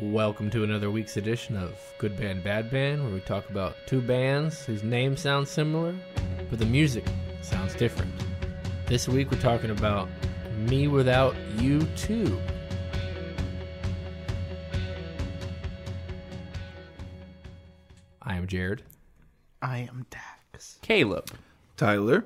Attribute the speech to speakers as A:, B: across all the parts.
A: Welcome to another week's edition of Good Band Bad Band, where we talk about two bands whose names sound similar, but the music sounds different. This week we're talking about Me Without You Too. I am Jared.
B: I am Dax.
C: Caleb.
D: Tyler.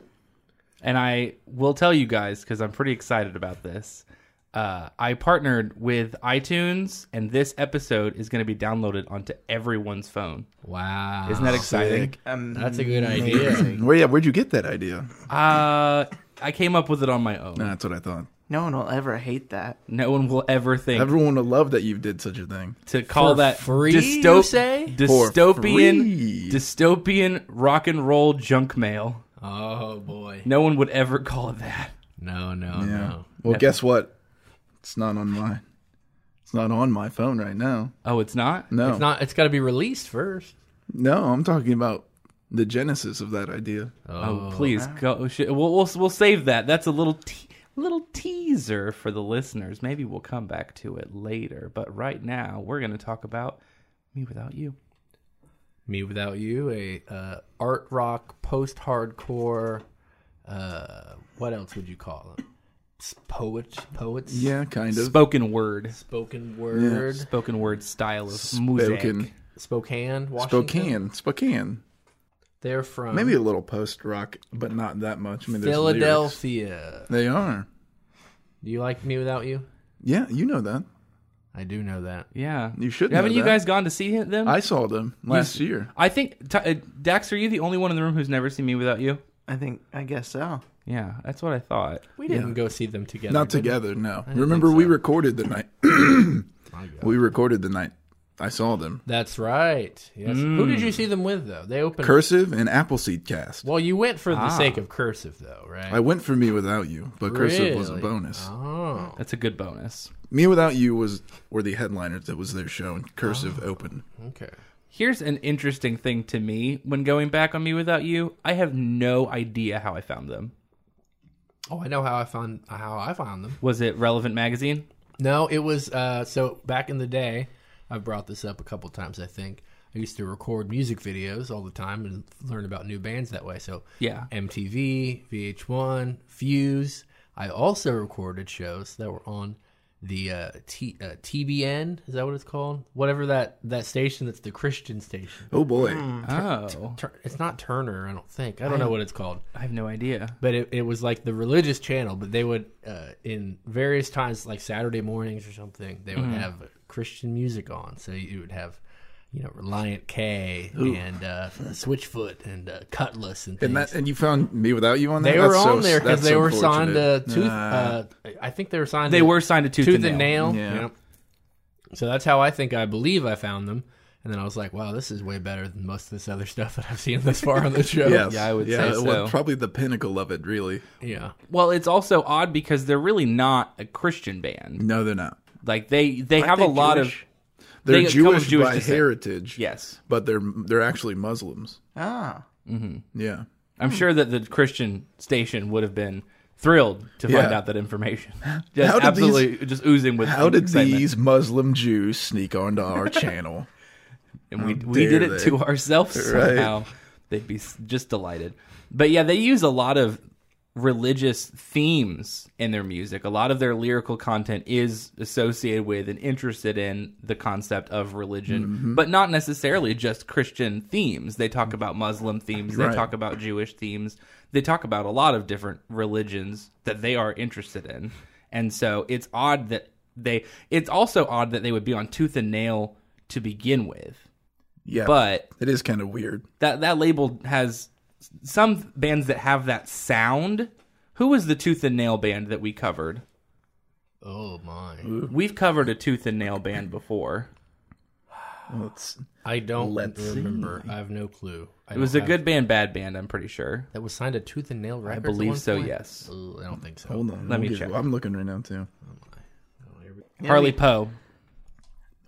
C: And I will tell you guys because I'm pretty excited about this. Uh, I partnered with iTunes, and this episode is going to be downloaded onto everyone's phone.
A: Wow.
C: Isn't that exciting?
B: Um,
A: That's a good idea.
D: Where yeah, where'd you get that idea?
C: Uh, I came up with it on my
A: Oh.
C: own.
D: Nah, that's what I thought.
B: No one will ever hate that.
C: No one will ever think
D: Everyone would love that you did such a thing.
C: to call
A: For
C: that
A: free,
C: dysto-
A: you say?
D: For
C: dystopian
D: free.
C: dystopian rock and roll junk mail.
A: Oh boy.
C: No one would ever call it that.
A: No, no,
D: Yeah.
A: no.
D: Well, guess what? It's not on my. It's not on my phone right now.
C: Oh, it's not.
D: No,
A: It's not it's got to be released first.
D: no. I'm talking about the genesis of that idea.
C: Oh, please go. sh- We'll, we'll we'll save that. That's a little te- little teaser for the listeners. Maybe we'll come back to it later. But right now, we're going to talk about me without you.
A: Me Without You, a uh, art rock, post hardcore. Uh, what else would you call them? S- Poets, poets,
D: Yeah, kind of.
C: Spoken word,
A: spoken word,
C: spoken word style of
D: Spoken,
C: music.
A: Spokane, Washington. Oh.
D: Spokane, Spokane.
A: They're from
D: Maybe a little post rock, but not that much. I mean, there's lyrics.
A: Philadelphia.
D: They are.
A: Do you like Me Without You?
D: Yeah, you know that.
A: I do know that.
C: Yeah,
D: You should know
C: Haven't you
D: that.
C: guys gone to see him- them?
D: I saw them last year.
C: I think T- uh, Dax, are you the only one in the room who's never seen me without you?
B: I think. I guess so.
C: Yeah, that's what I thought.
A: We didn't go see them together.
D: Not
A: did we?
D: together, no. Remember, we recorded the night. we recorded the night. I saw them.
A: That's right. Yes. Who did you
D: Mm.
A: see them with though? They opened.
D: Cursive and Appleseed Cast.
A: well, you went for the sake of cursive though, right?
D: Ah. I went for Me Without You, but Cursive was a
A: Really?
D: bonus.
A: oh,
C: That's a good bonus.
D: Me Without You was were the headliners that was their show, and Cursive opened.
A: okay.
C: Here's an interesting thing to me when going back on me without you. I have no idea how I found them.
A: Oh, I know how I found how I found them.
C: Was it Relevant Magazine?
A: No, it was uh, so back in the day. I've brought this up a couple times. I think I used to record music videos all the time and learn about new bands that way. So
C: Yeah.
A: MTV, VH1, Fuse. I also recorded shows that were on the uh, T, uh, TBN. Is that what it's called? Whatever that that station that's the Christian station.
D: Oh boy,
C: Oh,
A: Tur- it's not Turner, I don't think. I don't know what it's called.
C: I have no idea.
A: but it, it was like the religious channel but they would uh, in various times like saturday mornings or something they
D: Mm-hmm.
A: would have christian music on so you would have you know reliant k and uh, switchfoot and uh, cutlass and things
D: and that and you found Me Without You on there.
A: they were
D: That's
A: on
D: so-
A: there because
D: that's
A: they were
D: unfortunate.
A: signed to tooth uh, i think they were signed
C: They
A: to
C: were signed to Tooth,
A: tooth
C: and Nail.
D: Yeah.
A: Yep. so that's how i think i believe i found them and then i was like wow this is way better than most of this other stuff that i've seen thus far on the show
D: Yes.
C: Yeah, I would say
D: it was
C: so.
D: probably the pinnacle of it, really.
A: yeah
C: Well, it's also odd because they're really not a Christian band.
D: No, they're not.
C: Like they they have a
B: they
C: lot
B: Jewish?
C: of
D: They're
C: They come of
D: Jewish,
C: Jewish
D: by
C: descent.
D: heritage.
C: yes.
D: but they're they're actually Muslims.
B: Ah,
D: Yeah.
C: I'm sure that the Christian station would have been thrilled to find
D: Yeah.
C: out that information. Just
D: How did
C: absolutely just oozing with
D: How did
C: excitement.
D: these Muslim Jews sneak onto our channel?
C: and we
D: How
C: we did
D: dare
C: it
D: they.
C: to ourselves
D: Right.
C: somehow. They'd be s- just delighted. But yeah, they use a lot of religious themes in their music. A lot of their lyrical content is associated with and interested in the concept of religion,
D: Mm-hmm.
C: but not necessarily just Christian themes. They talk about Muslim themes, they
D: Right.
C: talk about Jewish themes. They talk about a lot of different religions that they are interested in. And so it's odd that they it's also odd that they would be on tooth and nail to begin with.
D: Yeah.
C: But
D: It is kind of weird.
C: that that label has some bands that have that sound. Who was the Tooth and Nail band that we covered?
A: oh my
C: We've covered a Tooth and Nail band before.
D: Well, it's-
A: I don't
D: Let's see.
A: remember. I have no clue. I
C: It was a good band, bad band. I'm pretty sure.
A: that was signed to Tooth and Nail
C: I
A: Records. at
C: believe
A: one
C: so.
A: point?
C: Yes.
A: Ooh, I don't think so.
D: hold on.
C: Let me
D: get-
C: check.
D: I'm looking right now too.
C: Harley Poe.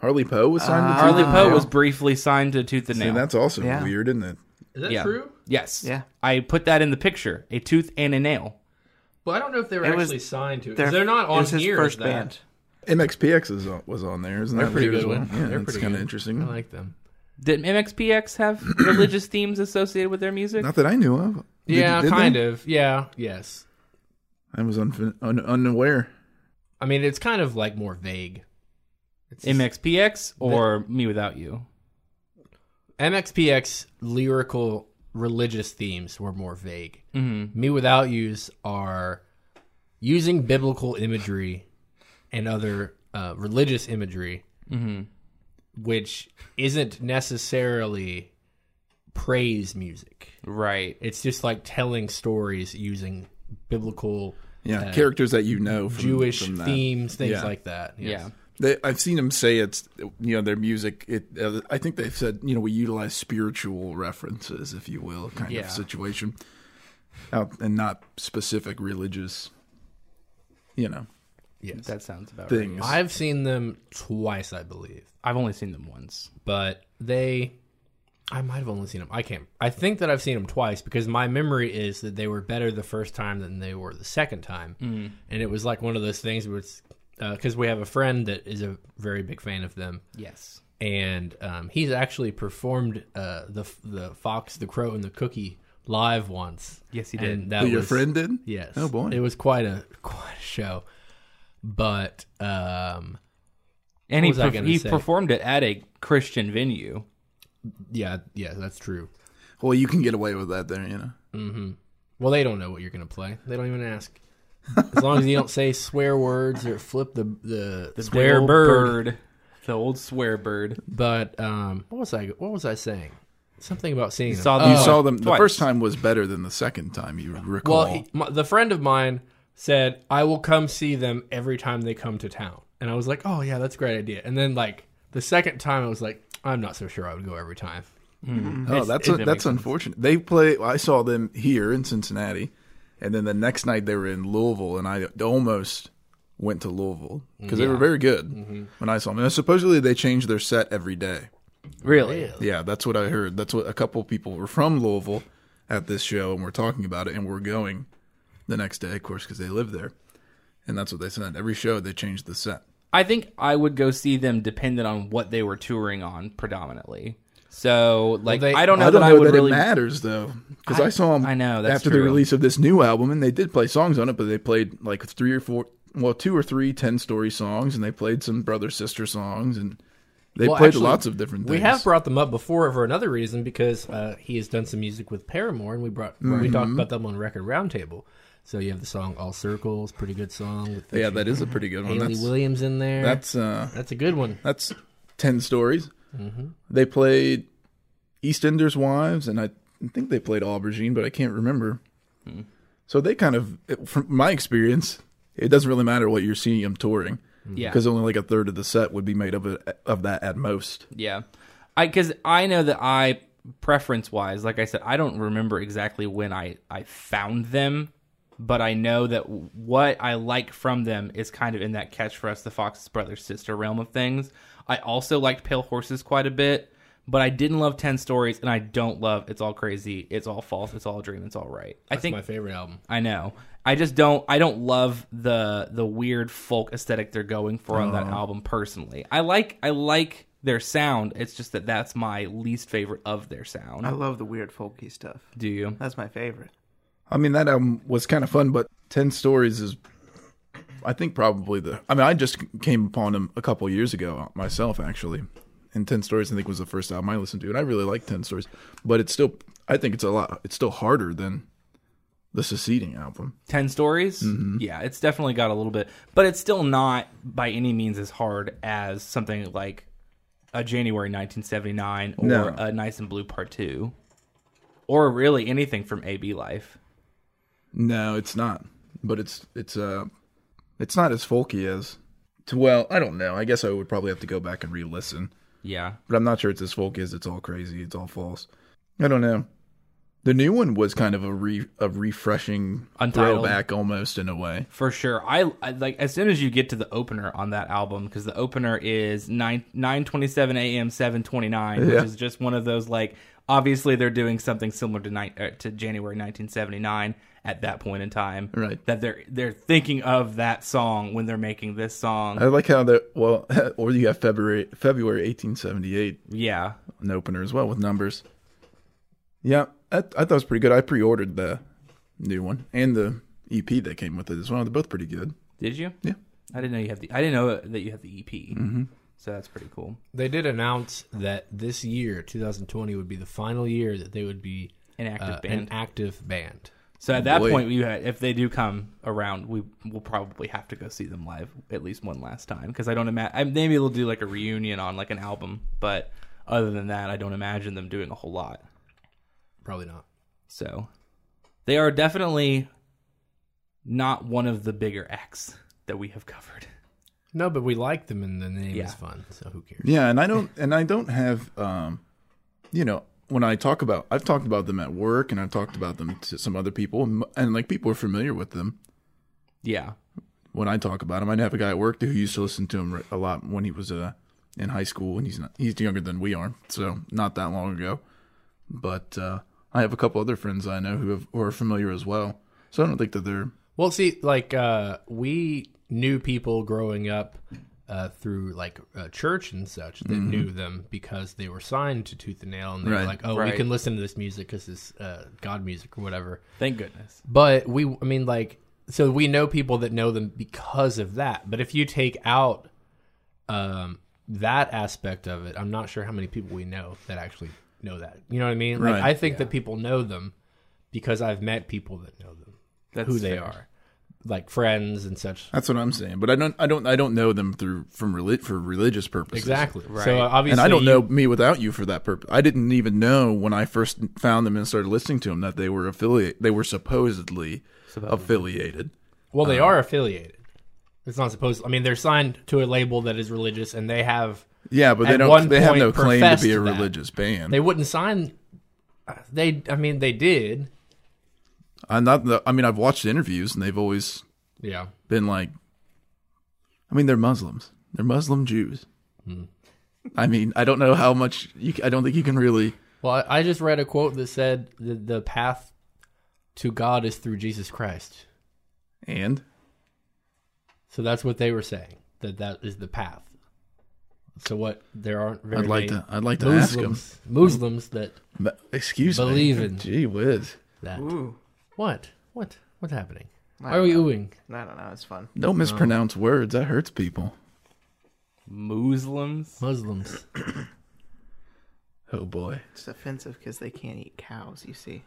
D: Harley Poe was signed to
C: Harley
D: Tooth and
C: Poe
D: Nail.
C: was briefly signed to Tooth and Nail.
D: And that's also
B: Yeah.
D: weird, isn't it?
A: Is that
C: yeah. Yes.
B: Yeah.
C: I put that in the picture. A tooth and a nail.
A: Well, I don't know if they were
B: It was-
A: signed to.
B: Their-
A: They're not
B: it
A: on
B: was his
A: here. as
B: First
A: that.
B: band.
D: MXPX is on, was on there, isn't that
A: pretty
D: weird as
A: good
D: well?
A: one.
D: Yeah,
A: They're
D: it's
A: pretty
D: kind of
A: good.
D: interesting.
A: I like them.
C: Did MXPX have religious themes associated with their music?
D: Not that I knew of. Did-
A: Yeah,
D: did they?
A: kind of. Yeah, yes.
D: I was unfin- un- unaware.
A: I mean, it's kind of like more vague. It's
C: MXPX or Me Without You?
A: MXPX lyrical religious themes were more vague. Mm-hmm. Me Without Yous are using biblical imagery and other uh, religious imagery,
D: Mm-hmm.
A: which isn't necessarily praise music.
C: Right.
A: It's just like telling stories using biblical,
D: Yeah, characters that you know from
A: Jewish
D: from that.
A: themes, things
D: Yeah.
A: like that. Yes.
C: Yeah.
D: They, I've seen them say it's you know their music. It uh, I think they've said you know we utilize spiritual references, if you will, kind
C: Yeah.
D: of situation, out and not specific religious, you know,
A: Yes.
C: That sounds about right.
D: things.
A: I've seen them twice, I believe.
C: I've only seen them once.
A: but they I might have only seen them. I can't. I think that I've seen them twice because my memory is that they were better the first time than they were the second time, mm. and it was like one of those things where it's because we have a friend that is a very big fan of them,
C: Yes.
A: and um, he's actually performed uh, the the fox, the crow, and the cookie live once.
C: Yes, he
A: And
C: did.
A: that
D: Who your
A: was-
D: friend did?
A: Yes.
D: Oh boy.
A: it was quite a quite a show, but um,
C: And he,
A: was I
C: perf-
A: gonna
C: he
A: say?
C: performed it at a Christian venue.
A: yeah, yeah, that's true.
D: well, you can get away with that there, you know.
A: Well, they don't know what you're going to play. They don't even ask. As long as you don't say swear words or flip the the, the
C: Swear
A: old
C: bird. The old swear bird.
A: But um, what was I? What was I saying? Something about seeing. them.
C: saw
A: Oh,
C: them
D: You
C: twice.
D: saw them.
C: Twice.
D: The first time was better than the second time. You recall.
A: well, he, my, the friend of mine said I will come see them every time they come to town, and I was like, oh yeah, that's a great idea. And then like the second time, I was like, I'm not so sure I would go every time.
D: Oh, that's
A: it-
D: that's unfortunate. They play. I saw them here in Cincinnati, and then the next night they were in Louisville, and I almost went to Louisville because they were very good
A: Mm-hmm.
D: when I saw them. And supposedly they changed their set every day.
C: Really?
D: Yeah, that's what I heard. That's what a couple people were from Louisville at this show, and we're talking about it, and we're going the next day, of course, because they live there, and that's what they said. Every show they changed the set.
C: I think I would go see them dependent on what they were touring on predominantly. So, like,
A: they-
C: I don't know
D: I don't
C: that
D: know
C: I would
D: that
C: really.
D: it matters though, because I, saw them.
C: I know, that's
D: after
C: true.
D: the release of this new album, and they did play songs on it, but they played like three or four, well, two or three ten-story songs, and they played some brother sister songs, and they
A: Well,
D: played
A: actually,
D: lots of different
A: We
D: things.
A: have brought them up before for another reason because uh, he has done some music with Paramore, and we brought
D: Mm-hmm.
A: we talked about them on Record Roundtable. So you have the song "All Circles," pretty good song. With
D: yeah, that is a pretty good one.
A: Haley
D: That's
A: Williams in there. That's
D: that's uh,
A: that's a good one.
D: that's ten stories. They played EastEnders' Wives, and I think they played Aubergine, but I can't remember. So they kind of, it- from my experience, it doesn't really matter what you're seeing them touring.
C: Yeah.
D: because only like a third of the set would be made of it, of that at most.
C: Yeah, I because I know that I preference wise, like I said, I don't remember exactly when I I found them, but I know that what I like from them is kind of in that catch for us, the Fox's brother sister realm of things. I also liked Pale Horses quite a bit, but I didn't love Ten Stories, and I don't love It's All Crazy, It's All False, It's All a Dream, It's All Right. I think
A: My favorite album.
C: I know. I just don't. I don't love the the weird folk aesthetic they're going for on
B: Oh.
C: that album personally. I like I like their sound. It's just that that's my least favorite of their sound.
B: I love the weird folky stuff.
C: Do you?
B: That's my favorite.
D: I mean, that album was kind of fun, but Ten Stories is, I think, probably the. I mean, I just came upon them a couple years ago myself, actually. And Ten Stories, I think, was the first album I listened to, and I really like Ten Stories, but it's still, I think, it's a lot. It's still harder than the succeeding album.
C: Ten stories.
B: Mm-hmm.
C: Yeah, it's definitely got a little bit, but it's still not by any means as hard as something like a January 1979 or
D: No.
C: a Nice and Blue Part Two, or really anything from AB Life.
D: No, it's not. But it's it's uh, it's not as folky as. To, well, I don't know. I guess I would probably have to go back and re-listen.
C: Yeah,
D: but I'm not sure it's as folk as it's all crazy, it's all false. I don't know. The new one was kind of a re a refreshing
C: Untitled.
D: throwback almost in a way.
C: For sure. I, I like as soon as you get to the opener on that album cuz the opener is 9 9:27 a.m. 7:29
D: Yeah.
C: which is er, just one of those like obviously they're doing something similar to ni- uh, to January 1979 at that point in time.
D: Right.
C: That they're they're thinking of that song when they're making this song.
D: I like how that. Well, or you have February February 1878
C: yeah.
D: an opener as well with numbers. Yeah, I, I thought it was pretty good. I pre-ordered the new one and the EP that came with it as well. They're both pretty good.
C: Did you?
D: Yeah.
C: I didn't know you have the I didn't know that you have the EP. Mm-hmm. So that's pretty cool.
A: They did announce that this year, 2020, would be the final year that they would be
C: An active
A: uh,
C: band.
A: an active band.
C: So
A: Oh,
C: at that
D: Boy.
C: point, we had, if they do come around, we will probably have to go see them live at least one last time because I don't imagine maybe they'll do like a reunion on like an album, but other than that, I don't imagine them doing a whole lot.
A: Probably not.
C: So they are definitely not one of the bigger acts that we have covered.
A: No, but we like them, and the name
C: Yeah.
A: is fun. So who cares?
D: Yeah, and I don't and I don't have um, you know, when I talk about I've talked about them at work and I've talked about them to some other people and, and like people are familiar with them
C: Yeah,
D: when I talk about them. I have a guy at work who used to listen to him a lot when he was uh, in high school and he's not he's younger than we are, so not that long ago. But uh, I have a couple other friends I know who, have, who are familiar as well. So I don't think that they're
A: Well, see, like uh, we knew people growing up uh, through like uh, church and such that knew them because they were signed to Tooth and Nail, and they
D: Mm-hmm. Right.
A: were like, "Oh,
C: Right.
A: we can listen to this music because it's uh, God music or whatever."
C: thank goodness.
A: But we, I mean, like, so we know people that know them because of that. But if you take out um, that aspect of it, I'm not sure how many people we know that actually know that. You know what I mean? Like,
D: Right.
A: I think that people know them because I've met people that know them,
C: That's
A: who they
C: fair.
A: are, like friends and such.
D: That's what I'm saying, but I don't, I don't, I don't know them through from reli- for religious purposes.
A: Exactly.
C: Right.
A: So uh, obviously,
D: and I don't
A: you-
D: know me without you for that purpose. I didn't even know when I first found them and started listening to them that they were affiliate. They were supposedly, affiliated.
A: Well,
D: uh,
A: they are affiliated. It's not supposed. I mean, they're signed to a label that is religious, and they have.
D: Yeah, but
A: At
D: they
A: one
D: don't. They have
A: point
D: no claim to
A: professed
D: be a
A: that.
D: religious band.
A: They wouldn't sign. They. I mean, they did.
D: I'm not. The, I mean, I've watched interviews and they've always
A: Yeah.
D: been like. I mean, they're Muslims. They're Muslim Jews.
A: Hmm.
D: I mean, I don't know how much. You, c- I don't think you can really.
A: Well, I, I just read a quote that said the, the path to God is through Jesus Christ.
D: And
A: So that's what they were saying that that is the path. So what? There aren't very
D: I'd like
A: many
D: to. I'd like to ask them.
A: Muslims, Muslims that
D: Excuse
A: Believe
D: me.
A: in-
D: Gee whiz.
A: that
B: Ooh.
A: what what what's happening?
B: I
A: Why are we
B: don't
A: oohing?
B: know. I don't know. It's fun.
D: Don't mispronounce words. That hurts people.
C: Muslims.
A: Muslims.
D: Oh boy,
B: It's offensive because they can't eat cows. You see,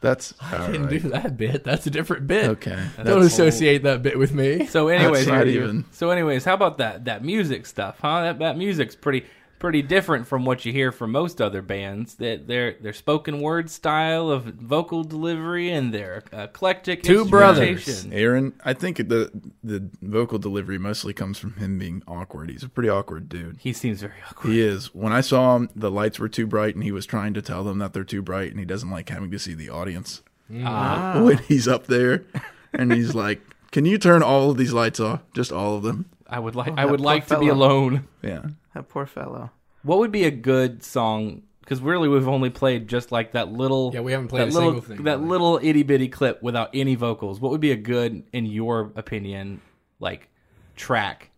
D: that's
A: I
D: all
A: didn't
D: right.
A: do that bit. That's a different bit.
D: okay.
A: Don't
C: That's
A: associate that bit with me.
C: So, anyways,
D: not
C: you-
D: even-
C: so anyways, how about that that music stuff, huh? That that music's pretty pretty different from what you hear from most other bands. That their their spoken word style of vocal delivery and their eclectic
A: Two brothers.
C: instrumentation.
D: Aaron, I think the the vocal delivery mostly comes from him being awkward. He's a pretty awkward dude.
C: He seems very awkward.
D: He is. When I saw him, the lights were too bright, and he was trying to tell them that they're too bright, and he doesn't like having to see the audience
A: Mm-hmm. Ah.
D: when he's up there, and he's like, "Can you turn all of these lights off? Just all of them?"
C: I would like I
B: that
C: would
B: poor
C: like to be
B: fellow.
C: alone.
D: Yeah.
B: that poor fellow.
C: What would be a good song? Because really, we've only played just like that little.
A: Yeah, we haven't played
C: that
A: a
C: little,
A: single thing,
C: That
A: really.
C: little itty bitty clip without any vocals. What would be a good, in your opinion, like track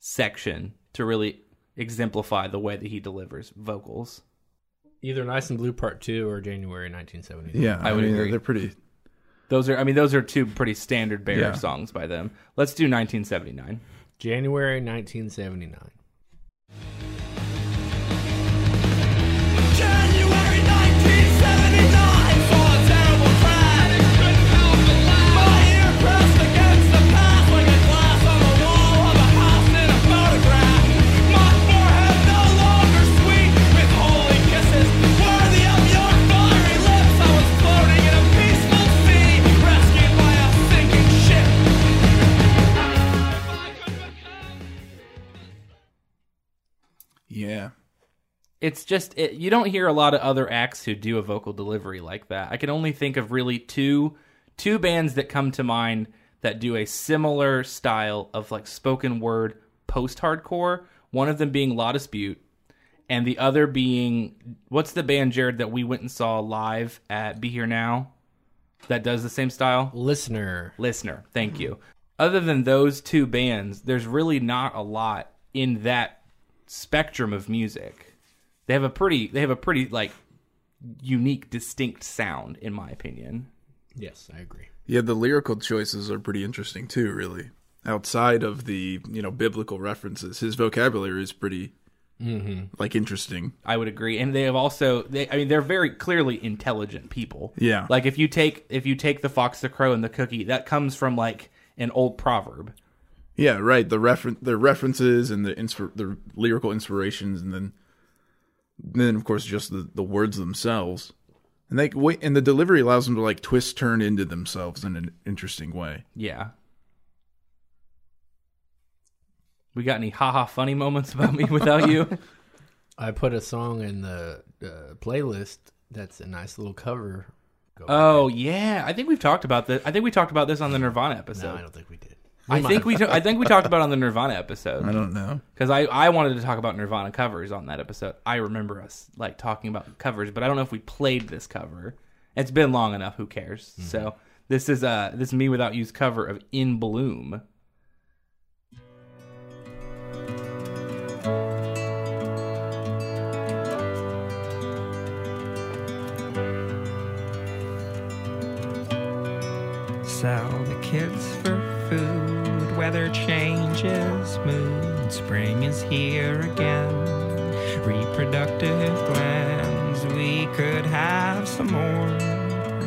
C: section to really exemplify the way that he delivers vocals?
A: Either Nice and Blue Part Two or January 1970.
D: Yeah.
C: I would
D: mean,
C: agree.
D: They're pretty.
C: Those are, I mean, those are two pretty standard bearer
D: Yeah.
C: songs by them. Let's do 1979.
A: January 1979.
E: January 1979 saw a terrible crash. My ear pressed against the past like a glass on the wall of a house in a photograph. My forehead no longer sweet with holy kisses, worthy of your fiery lips. I was floating in a peaceful sea, rescued by a sinking ship.
D: Yeah.
C: it's just it, you don't hear a lot of other acts who do a vocal delivery like that. I can only think of really two two bands that come to mind that do a similar style of like spoken word post hardcore. One of them being La Dispute, and the other being what's the band Jared that we went and saw live at Be Here Now? that does the same style?
A: Listener.
C: listener. Thank you. Other than those two bands, there's really not a lot in that spectrum of music. They have a pretty they have a pretty like unique, distinct sound, in my opinion.
A: Yes, I agree.
D: Yeah, the lyrical choices are pretty interesting too, really. Outside of the, you know, biblical references, his vocabulary is pretty like interesting.
C: I would agree. And they have also they I mean they're very clearly intelligent people.
D: Yeah.
C: Like if you take if you take the fox, the crow, and the cookie, that comes from like an old proverb.
D: Yeah, right. The refer- the references and the insp- the lyrical inspirations and then then of course just the, the words themselves. And they wait and the delivery allows them to like twist turn into themselves in an interesting way.
C: Yeah. We got any haha funny moments about me without you?
A: I put a song in the uh, playlist that's a nice little cover. Go
C: Oh yeah, I think we've talked about this. I think we talked about this on the Nirvana
A: no,
C: episode.
A: I don't think we did.
C: I think we. ta- I think we talked about it on the Nirvana episode
D: I
A: Mm-hmm.
D: don't know.
C: because I, I wanted to talk about Nirvana covers on that episode. I remember us like talking about covers, but I don't know if we played this cover. It's been long enough. Who cares?
A: Mm-hmm.
C: So this is uh this is me without you's cover of In Bloom.
F: Sell the kids for food. Weather changes mood. Spring is here again. Reproductive glands, we could have some more.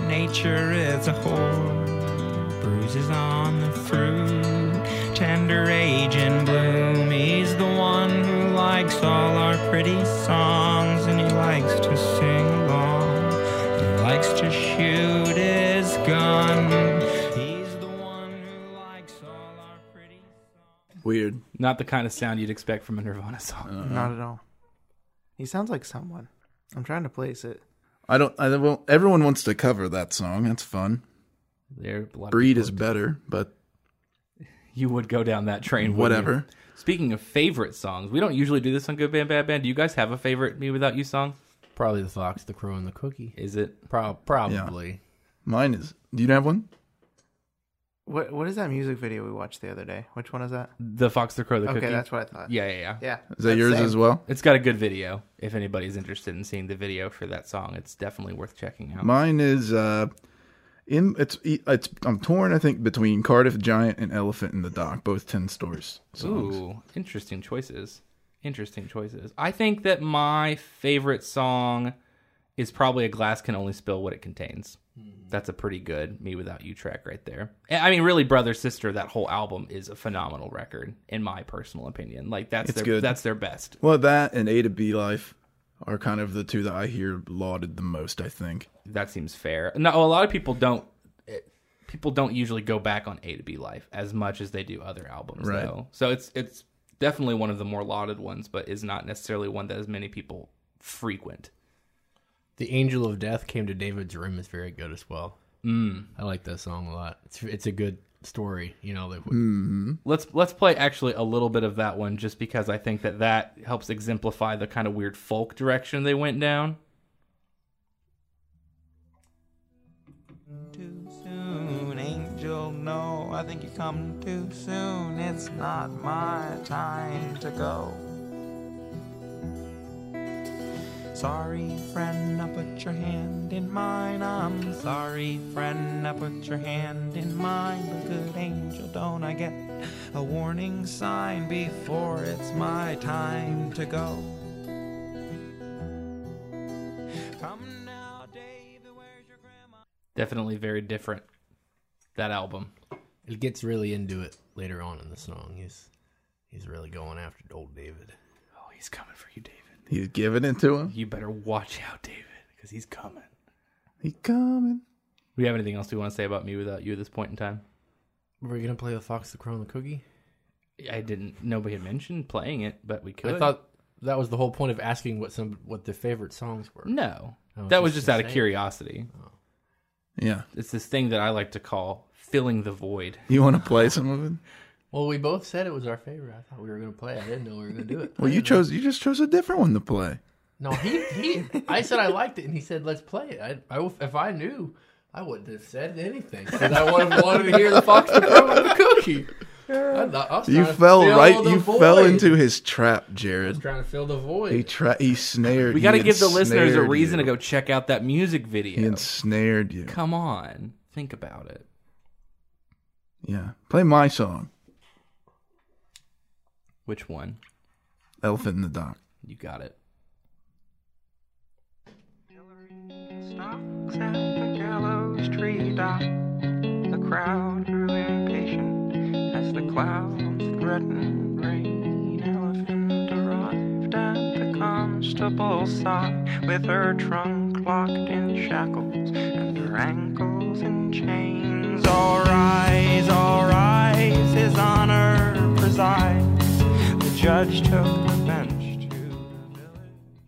F: Nature is a whore. Bruises on the fruit. Tender age in bloom. He's the one who likes all our pretty songs and he likes to sing along. He likes to shoot his gun. He's the one who likes all our pretty
D: Weird.
C: Not the kind of sound you'd expect from a Nirvana song.
A: Uh,
B: Not at all. He sounds like someone. I'm trying to place it.
D: I don't I well, everyone wants to cover that song. That's fun.
C: There, are a lot of
D: Breed
C: people-
D: is better, but
C: you would go down that train. wouldn't you?
D: whatever.
C: Speaking of favorite songs, we don't usually do this on Good Band Bad Band. Do you guys have a favorite Me Without You song?
A: Probably the fox, the crow, and the cookie.
C: Is it
A: Pro- probably.
D: Mine is. Do you have one?
B: What What is that music video we watched the other day? Which one is that?
C: The Fox, the Crow, the
B: Okay,
C: Cookie?
B: that's what I thought.
C: Yeah, yeah, yeah.
B: Yeah.
D: Is that yours as well?
C: It's got a good video. If anybody's interested in seeing the video for that song, it's definitely worth checking out.
D: Mine is uh in it's e, it's I'm torn I think between Cardiff Giant and Elephant in the Dock, both 10 stores. songs.
C: Ooh, interesting choices. Interesting choices. I think that my favorite song is probably A Glass Can Only Spill What It Contains.
B: Hmm.
C: That's a pretty good Me Without You track right there. And, I mean, really, Brother Sister, that whole album is a phenomenal record, in my personal opinion. Like, that's,
D: It's
C: their,
D: good.
C: that's their best.
D: Well, that and A to B Life are kind of the two that I hear lauded the most, I think.
C: that seems fair. No, a lot of people don't. it- People don't usually go back on A to B Life as much as they do other albums,
D: Right.
C: though. So it's it's definitely one of the more lauded ones, but is not necessarily one that as many people frequent.
A: The Angel of Death came to David's room is very good as well. Mm. I like that song a lot. It's it's a good story, you know. That
C: Let's let's play actually a little bit of that one, just because I think that that helps exemplify the kind of weird folk direction they went down.
F: too soon. Angel, no, I think you come too soon. It's not my time to go. Sorry, friend, I put your hand in mine. I'm sorry, friend, I put your hand in mine. But good angel, don't I get a warning sign before it's my time to go? Come now, David, where's your grandma?
C: Definitely very different. That album.
A: it gets really into it later on in the song. He's he's really going after old David.
C: Oh, he's coming for you, David.
D: He's giving it to him.
C: You better watch out, David, because he's coming.
D: He coming.
C: Do we have anything else we want to say about me without you at this point in time?
A: We're gonna play the Fox, the Crow, and the Cookie.
C: I didn't. Nobody had mentioned playing it, but we could.
A: I thought that was the whole point of asking what some what their favorite songs were.
C: no,
A: Oh,
C: that was
A: just
C: just out of
A: insane.
C: curiosity.
D: Yeah.
C: It's this thing that I like to call filling the void.
D: You want to play some of it?
A: Well, we both said it was our favorite. I thought we were gonna play. it. I didn't know we were gonna do it.
D: Well, you chose you just chose a different one to play.
A: No, he he. I said I liked it, and he said let's play it. I, I if I knew, I wouldn't have said anything. 'cause I would have wanted to hear the fox the crow and the cookie. I thought- I was
D: You
A: trying to
D: fell
A: fill
D: right.
A: the
D: You fell
A: void.
D: into his trap,
A: I was
D: Jared.
A: trying to fill the
D: He
A: void.
D: tra- He snared.
C: We
D: he
C: got to give the listeners a
D: ensnared
C: reason
D: you.
C: to go check out that music
D: He
C: video.
D: ensnared you.
C: Come on, think about it.
D: Yeah. Play my song,
C: Which one?
D: "Elephant in the Dock."
C: You got it.
F: Stocks at the gallows tree top. The crowd grew impatient as the clouds threatened rain. Elephant arrived at the constable's side with her trunk locked in shackles and her ankles in chains. All rise, all rise, his honor presides. The judge took the bench to the village.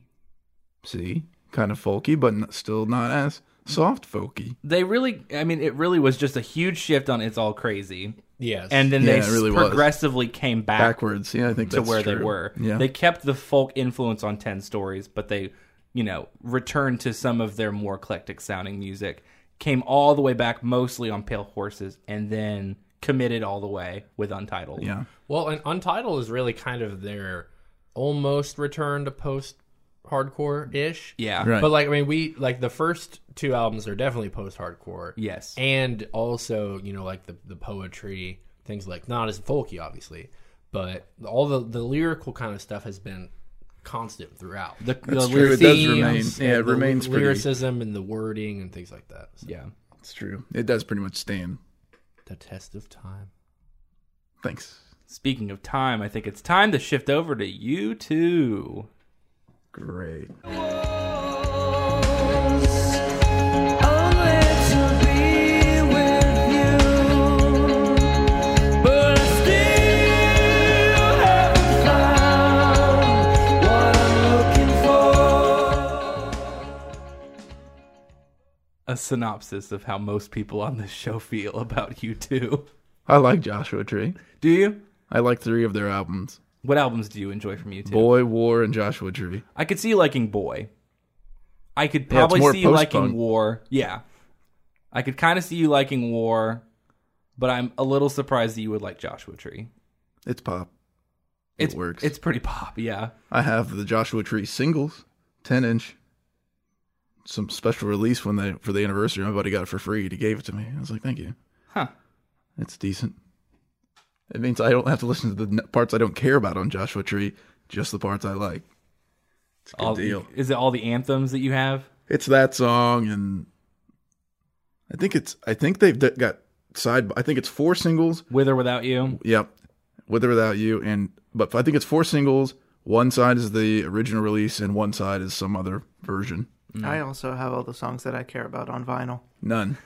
D: See, kind of folky, but n- still not as soft folky.
C: They really, I mean, it really was just a huge shift on "It's All Crazy,"
A: Yes.
C: and then
D: Yeah,
C: they
D: it really was.
C: progressively came back
D: Backwards. Yeah, I think
C: to
D: that's
C: where they
D: true.
C: were.
D: Yeah.
C: They kept the folk influence on Ten Stories, but they, you know, returned to some of their more eclectic sounding music. Came all the way back, mostly on Pale Horses, and then committed all the way with Untitled.
D: yeah.
A: Well, and Untitled is really kind of their almost return to post hardcore ish.
C: yeah,
D: Right.
A: But like I mean we like the first two albums are definitely post hardcore.
C: Yes.
A: And also, you know, like the the poetry, things like not as folky obviously, but all the the lyrical kind of stuff has been constant throughout.
C: the,
D: That's
C: the
D: true. It does remain.
A: themes
D: Yeah, it
A: and the
D: remains pretty.
A: lyricism and the wording and things like that. So,
C: Yeah,
D: It's true. It does pretty much stand.
A: The test of time.
D: Thanks.
C: Speaking of time, I think it's time to shift over to you two.
D: Great.
C: A synopsis of how most people on this show feel about you two.
D: I like Joshua Tree.
C: Do you?
D: I like three of their albums:
C: What albums do you enjoy from you two?
D: Boy, War, and Joshua Tree.
C: I could see liking boy. I could
D: Yeah, it's
C: probably
D: more
C: see you liking
D: post-punk.
C: war. Yeah. I could kind of see you liking war, but I'm a little surprised that you would like Joshua Tree.
D: It's pop. It
C: It's,
D: works.
C: It's pretty pop, yeah.
D: I have the Joshua Tree singles, ten inch. Some special release when they for the anniversary. My buddy got it for free. He gave it to me. I was like, "Thank you."
C: Huh.
D: It's decent. It means I don't have to listen to the n- parts I don't care about on Joshua Tree, just the parts I like. It's a good
C: All-
D: deal.
C: Is it all the anthems that you have?
D: It's that song, and I think it's I think they've d- got side. I think it's four singles.
C: With or without you?
D: Yep, with or without you, and but I think it's four singles. One side is the original release, and one side is some other version.
B: I also have all the songs that I care about on vinyl.
D: None.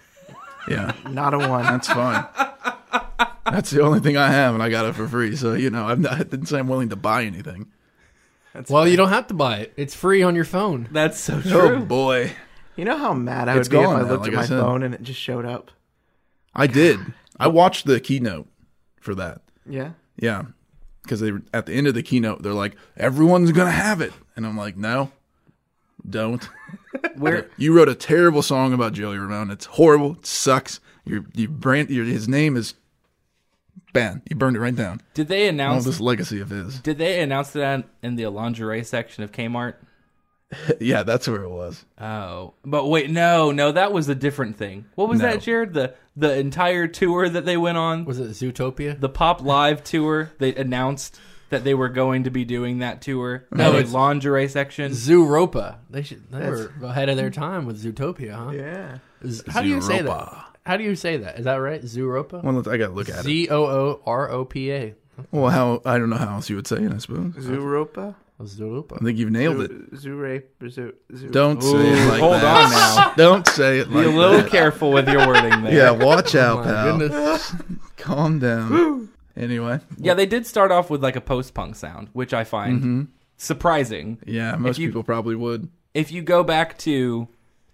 D: Yeah,
B: Not a one.
D: that's fine. That's the only thing I have, and I got it for free. So you know, I'm not, I didn't say I'm willing to buy anything.
A: Well, you don't have to buy it. It's free on your phone.
C: That's so
D: Oh
C: true.
D: boy,
B: You know how mad I would
D: It's
B: be if
D: gone
B: I
D: now,
B: looked
D: like
B: at
D: I
B: my
D: said.
B: phone and it just showed up.
D: I did. I watched the keynote for that.
B: Yeah.
D: Yeah, because they at the end of the keynote, they're like, "Everyone's gonna have it," and I'm like, "No, don't."
C: Where
D: You wrote a terrible song about Joey Ramone. It's horrible. It sucks. Your you brand your his name is Ben. You burned it right down.
C: did they
D: All
C: announce
D: this legacy of his.
C: did they announce that in the lingerie section of Kmart?
D: Yeah, that's where it was.
C: Oh, but wait, no, no, that was a different thing. What was
D: No.
C: that, Jared? The the entire tour that they went on,
A: Was it Zootopia?
C: the Pop Live tour. They announced that they were going to be doing that tour. That was lingerie section.
A: Zooropa. They should. They were ahead of their time with Zootopia, huh?
B: Yeah.
A: Z- How do you say that?
D: Zooropa.
A: How do you say that? Is that right? Zooropa.
D: Well, let's- I gotta look at it.
A: Z o o r o p a.
D: Well, how I don't know how else you would say it. I suppose.
B: Zuropa?
D: I
A: Zooropa.
D: think you've nailed it.
B: Zurape? Zoo, zoo.
D: Don't say it like
C: hold
D: that.
C: on now.
D: Don't say it like
C: Be a little
D: that.
C: careful with your wording there.
D: Yeah, watch out, pal.
A: Goodness.
D: Calm down. Anyway,
C: Yeah, they did start off with like a post punk sound, which I find
D: Mm-hmm.
C: surprising.
D: yeah, most
C: you-
D: people probably would.
C: If you go back to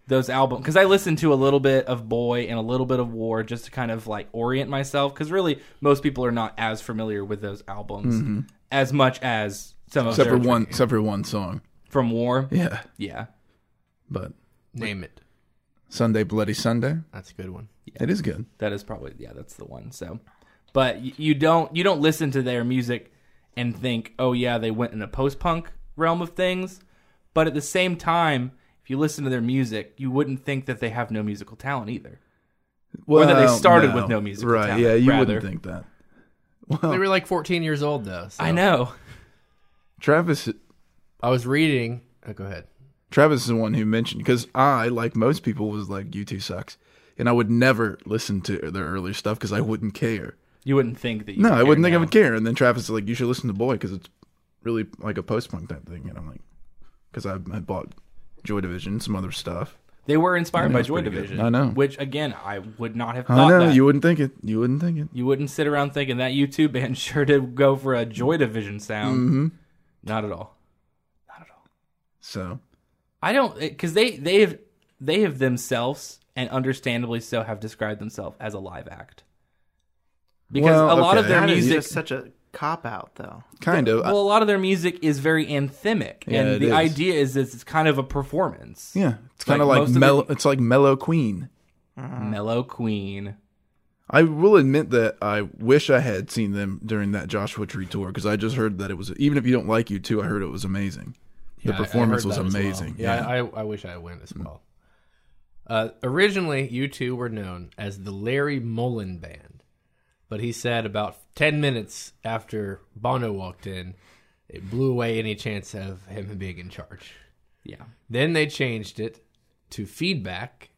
C: those albums, because I listened to a little bit of Boy and a little bit of War just to kind of like orient myself, because really most people are not as familiar with those albums as much as some of
D: Mm-hmm. Except for
C: their-
D: one, except for one song.
C: from War.
D: Yeah,
C: Yeah.
D: but
A: Name it.
D: Sunday Bloody Sunday.
A: That's a good one.
D: It is good.
C: That is probably yeah, that's the one. So, but y- you don't you don't listen to their music and think, oh yeah, they went in a post punk realm of things. But at the same time, if you listen to their music, you wouldn't think that they have no musical talent either.
D: Well,
C: that they started with no musical
D: Right?
C: talent,
D: yeah, you
C: rather.
D: wouldn't think that.
A: They were like 14 years old though. So
C: I know.
D: Travis
A: I was reading. Oh, go ahead.
D: Travis is the one who mentioned because I, like most people, was like U2 sucks, and I would never listen to their earlier stuff because I wouldn't care.
C: You wouldn't think that. You
D: No, I wouldn't think I
C: now.
D: would care. And then Travis is like, "You should listen to Boy because it's really like a post punk type thing," and I'm like, "Because I, I bought Joy Division, some other stuff."
C: They were inspired
D: know,
C: by
D: it's
C: Joy
D: pretty good.
C: Division.
D: I know.
C: Which again, I would not have
D: I
C: thought
D: know
C: that.
D: you wouldn't think it. You wouldn't think it.
C: You wouldn't sit around thinking that U2 band sure did go for a Joy Division sound.
D: Mm-hmm.
C: Not at all. Not at all.
D: So
C: I don't because they they have they have themselves and understandably so have described themselves as a live act because
D: Well,
C: a lot of
D: okay.
C: their
D: That
B: That is
C: music
B: just such a cop out, though.
D: kind of. I-
C: well a lot of their music is very anthemic
D: Yeah,
C: and
D: it
C: the
D: is.
C: idea is that it's kind of a performance
D: yeah, it's kind of
C: like
D: like,
C: most of
D: mellow.
C: the-
D: It's like Mellow Queen.
C: mellow queen
D: I will admit that I wish I had seen them during that Joshua Tree tour because I just heard that it was even if you don't like U2, I heard it was amazing. The
A: Yeah, I- I
D: performance
A: heard
D: was
A: that as well.
D: amazing.
A: Yeah, I, I wish I went as well. Uh, originally, you two were known as the Larry Mullen Band, but he said about 10 minutes after Bono walked in, it blew away any chance of him being in charge.
C: yeah
A: Then they changed it to feedback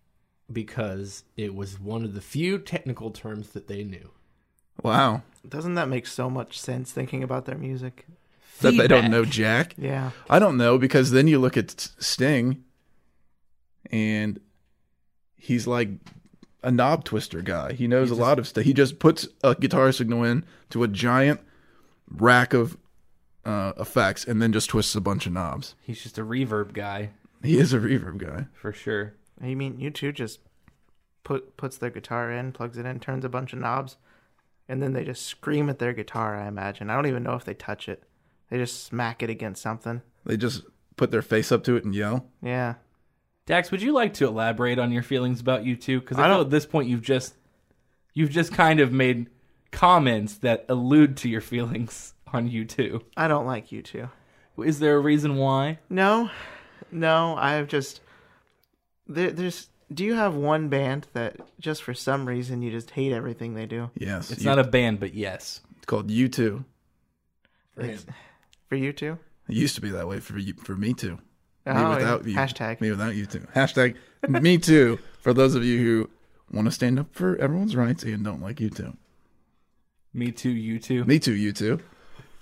A: because it was one of the few technical terms that they knew.
D: Wow.
B: Doesn't that make so much sense thinking about their music?
D: That they
C: Feedback.
D: don't know Jack.
B: Yeah.
D: I don't know because then you look at S- Sting and he's like a knob twister guy. He knows a lot of stuff. He just puts a guitar signal in to a giant rack of uh, effects and then just twists a bunch of knobs.
C: he's just a reverb guy
D: He is a reverb guy.
C: for sure
B: I mean, you two just put puts their guitar in, plugs it in, turns a bunch of knobs, and then they just scream at their guitar. I imagine. I don't even know if they touch it. They just smack it against something.
D: They just put their face up to it and yell.
B: Yeah.
C: Dax would you like to elaborate on your feelings about U2 because I,
B: I
C: know
B: don't-
C: at this point you've just you've just kind of made comments that allude to your feelings on U2
B: I don't like you two.
C: is there a reason why
B: No, no. I've just there, there's. Do you have one band that just for some reason you just hate everything they do?
D: Yes.
C: It's not a band, but yes.
D: called U2.
B: For you two?
D: It used to be that way for you, for me too.
B: Oh,
D: Me without
B: yeah.
D: you.
B: Hashtag.
D: Me without you too. Hashtag me too. For those of you who want to stand up for everyone's rights and don't like you too.
C: Me too, you too.
D: Me too, you too.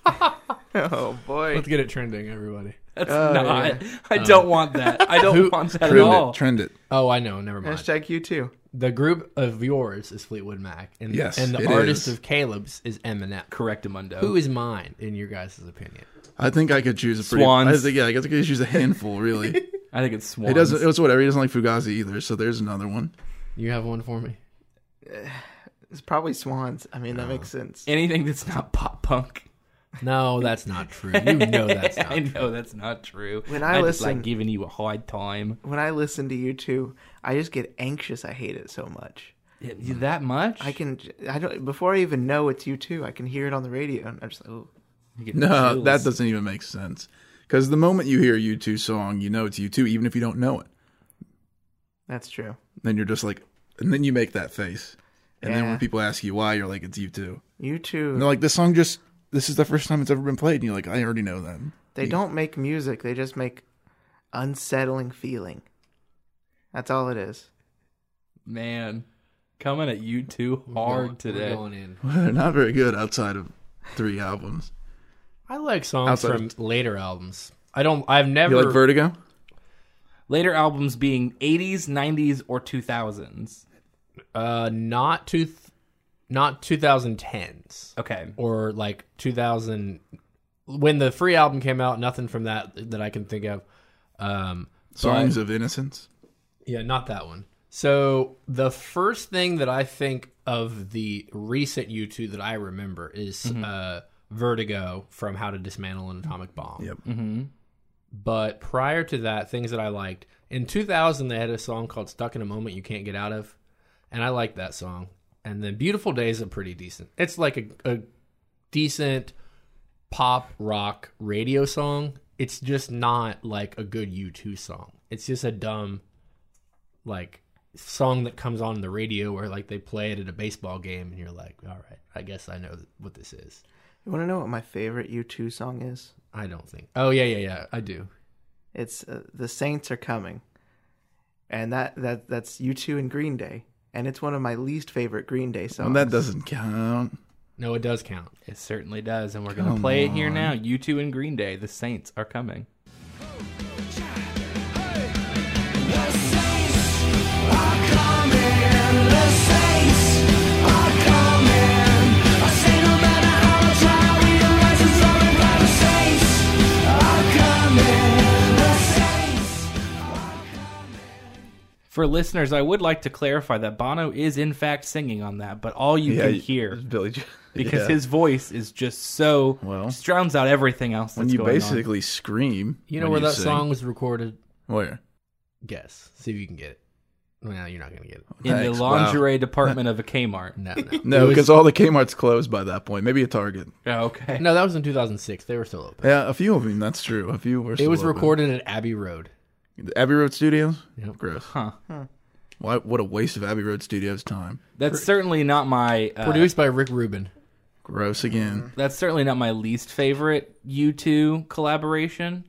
B: Oh boy.
A: Let's get it trending, everybody.
C: That's
A: Oh,
C: not. I don't want
A: Uh,
C: that. I don't want that at
D: Trend
C: all.
D: it. Trend it.
A: Oh, I know. Never mind.
B: Hashtag you two.
A: The group of yours is Fleetwood Mac, and
D: Yes,
A: and the
D: it
A: artist
D: is.
A: of Caleb's is Eminem.
C: Correct, Amundo.
A: Who is mine in your guys' opinion?
D: I think I could choose a pretty.
C: Swans.
D: I think yeah, I guess I could choose a handful. Really, he
C: I think it's Swans.
D: doesn't. It's whatever. He doesn't like Fugazi either. So there's another one.
A: You have one for me.
B: It's probably Swans. I mean, that makes sense.
C: Anything that's not pop punk.
A: No, that's not true. You know that's not.
C: I know that's not true.
B: When I
C: just like
B: listen-
C: giving you a hard time.
B: When I listen to you two, I just get anxious. I hate it so much.
C: Y- you that much?
B: I can. j- I don't. Before I even know it's you two, I can hear it on the radio, and I'm just like, oh,
C: You get
D: No,
C: chills.
D: that doesn't even make sense. Because the moment you hear a U2 song, you know it's U2, even if you don't know it.
B: that's true.
D: Then you're just like, and then you make that face. And then
B: Yeah.
D: when people ask you why, you're like, it's U2.
B: You two.
D: And they're like, this song just, this is the first time it's ever been played. And you're like, I already know that.
B: They don't make music. They just make unsettling feeling. That's all it is.
C: Man, coming at you too
A: We're
C: hard
A: going-
C: today.
A: we're going in.
D: They're not very good outside of three albums.
A: I like songs
D: Outside
A: from later albums. I don't. I've never.
D: You like Vertigo?
C: Later albums being 80s, 90s, or 2000s.
A: uh, not two, th- not 2010s
C: Okay.
A: or like 2000 when the free album came out. Nothing from that that I can think of. Um,
D: Songs of Innocence?
A: Yeah, not that one. So the first thing that I think of the recent U2 that I remember is uh, Vertigo from How to Dismantle an Atomic Bomb.
D: Yep.
A: Mm-hmm. But prior to that, things that I liked in 2000, they had a song called "Stuck in a Moment You Can't Get Out of," and I liked that song. And then "Beautiful Day" is a pretty decent. It's like a, a decent pop rock radio song. It's just not like a good U2 song. It's just a dumb like song that comes on the radio where like they play it at a baseball game and you're like, "All right, I guess I know th- what this is."
B: You want to know what my favorite U2 song is?
A: I don't think. Oh yeah, yeah, yeah. I do.
B: It's uh, "The Saints Are Coming," and that that that's U2 and Green Day, and it's one of my least favorite Green Day songs.
D: And that doesn't count.
A: No, it does count.
C: It certainly does, and we're gonna play it here now. You two and Green Day, the Saints are coming. For listeners, I would like to clarify that Bono is in fact singing on that, but all you can
D: you-
C: hear
D: it's Billy Joel.
C: because
D: Yeah.
C: his voice is just so
D: Well,
C: just drowns out everything else.
D: when
C: that's
D: you
C: going on.
D: basically scream.
A: You know
D: when
A: where that
D: sing.
A: song was recorded?
D: Where?
A: Guess. See if you can get it. Well, you're not gonna get it.
C: in the
D: Thanks, wow.
C: lingerie department of a Kmart.
A: No, no.
D: No,
A: It was-
D: because all the Kmart's closed by that point. Maybe a Target.
C: Oh, okay.
A: no, that was in 2006. They were still open.
D: Yeah, a few of them. That's true. A few were.
A: It
D: still
A: was
D: open.
A: recorded at Abbey Road.
D: The Abbey Road Studios.
A: Yep.
D: Gross.
C: Huh.
D: Hmm. Why, what a waste of Abbey Road Studios time.
C: That's certainly not my uh,
A: Produced by Rick Rubin.
D: Gross again.
C: That's certainly not my least favorite U2 collaboration.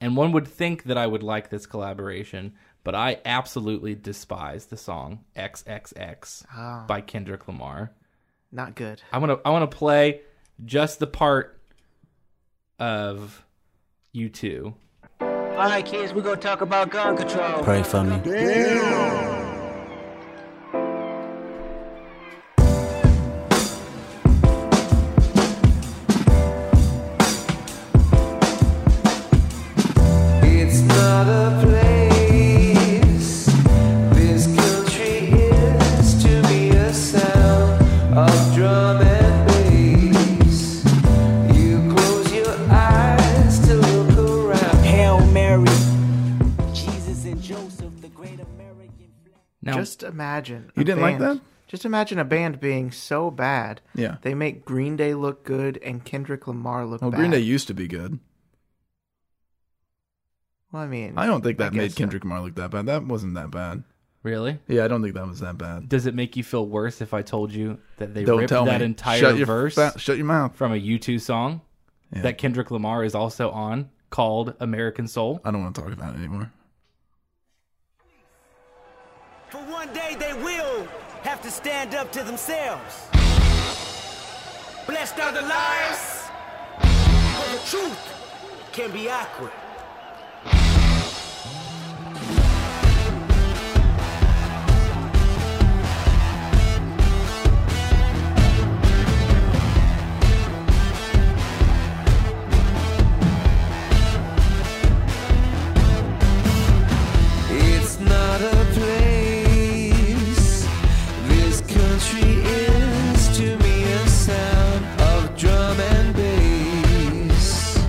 C: And one would think that I would like this collaboration, but I absolutely despise the song XXX
D: Ah.
C: by Kendrick Lamar.
B: Not good.
C: I want to I want to play just the part of U2.
G: All right, kids, we're gonna talk about gun control.
H: Pray for me.
G: It's not a place. This country is to be a sound of drum and bass. You close your eyes to look around. Hail Mary, Jesus and Joseph, the great American.
C: Now,
B: Just imagine.
D: You
B: a
D: didn't like
B: band-
D: that?
B: Just imagine a band being so bad.
D: Yeah.
B: They make Green Day look good and Kendrick Lamar look
D: Well,
B: bad.
D: Green Day used to be good.
B: Well, I mean,
D: I don't think that
B: guess
D: made
B: so.
D: Kendrick Lamar look that bad. That wasn't that bad.
C: really?
D: Yeah, I don't think that was that bad.
C: Does it make you feel worse if I told you that they
D: don't
C: ripped
D: tell
C: that
D: me.
C: entire
D: shut your
C: verse
D: fa- shut your mouth.
C: from a U2 song
D: Yeah.
C: that Kendrick Lamar is also on called American Soul?
D: I don't want to talk about it anymore.
G: For one day they will have to stand up to themselves. Blessed are the liars, but the truth can be awkward. It's not a place. This country is to me a sound of drum and bass.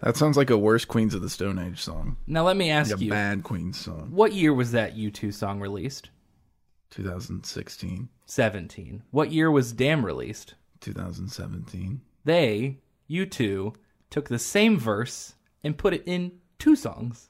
D: That sounds like a worse Queens of the Stone Age song.
C: Now let me ask
D: Like a
C: you,
D: bad Queens song.
C: what year was that U2 song released?
D: 2016,
C: 17. What year was Damn released?
D: 2017.
C: They, U2, took the same verse and put it in two songs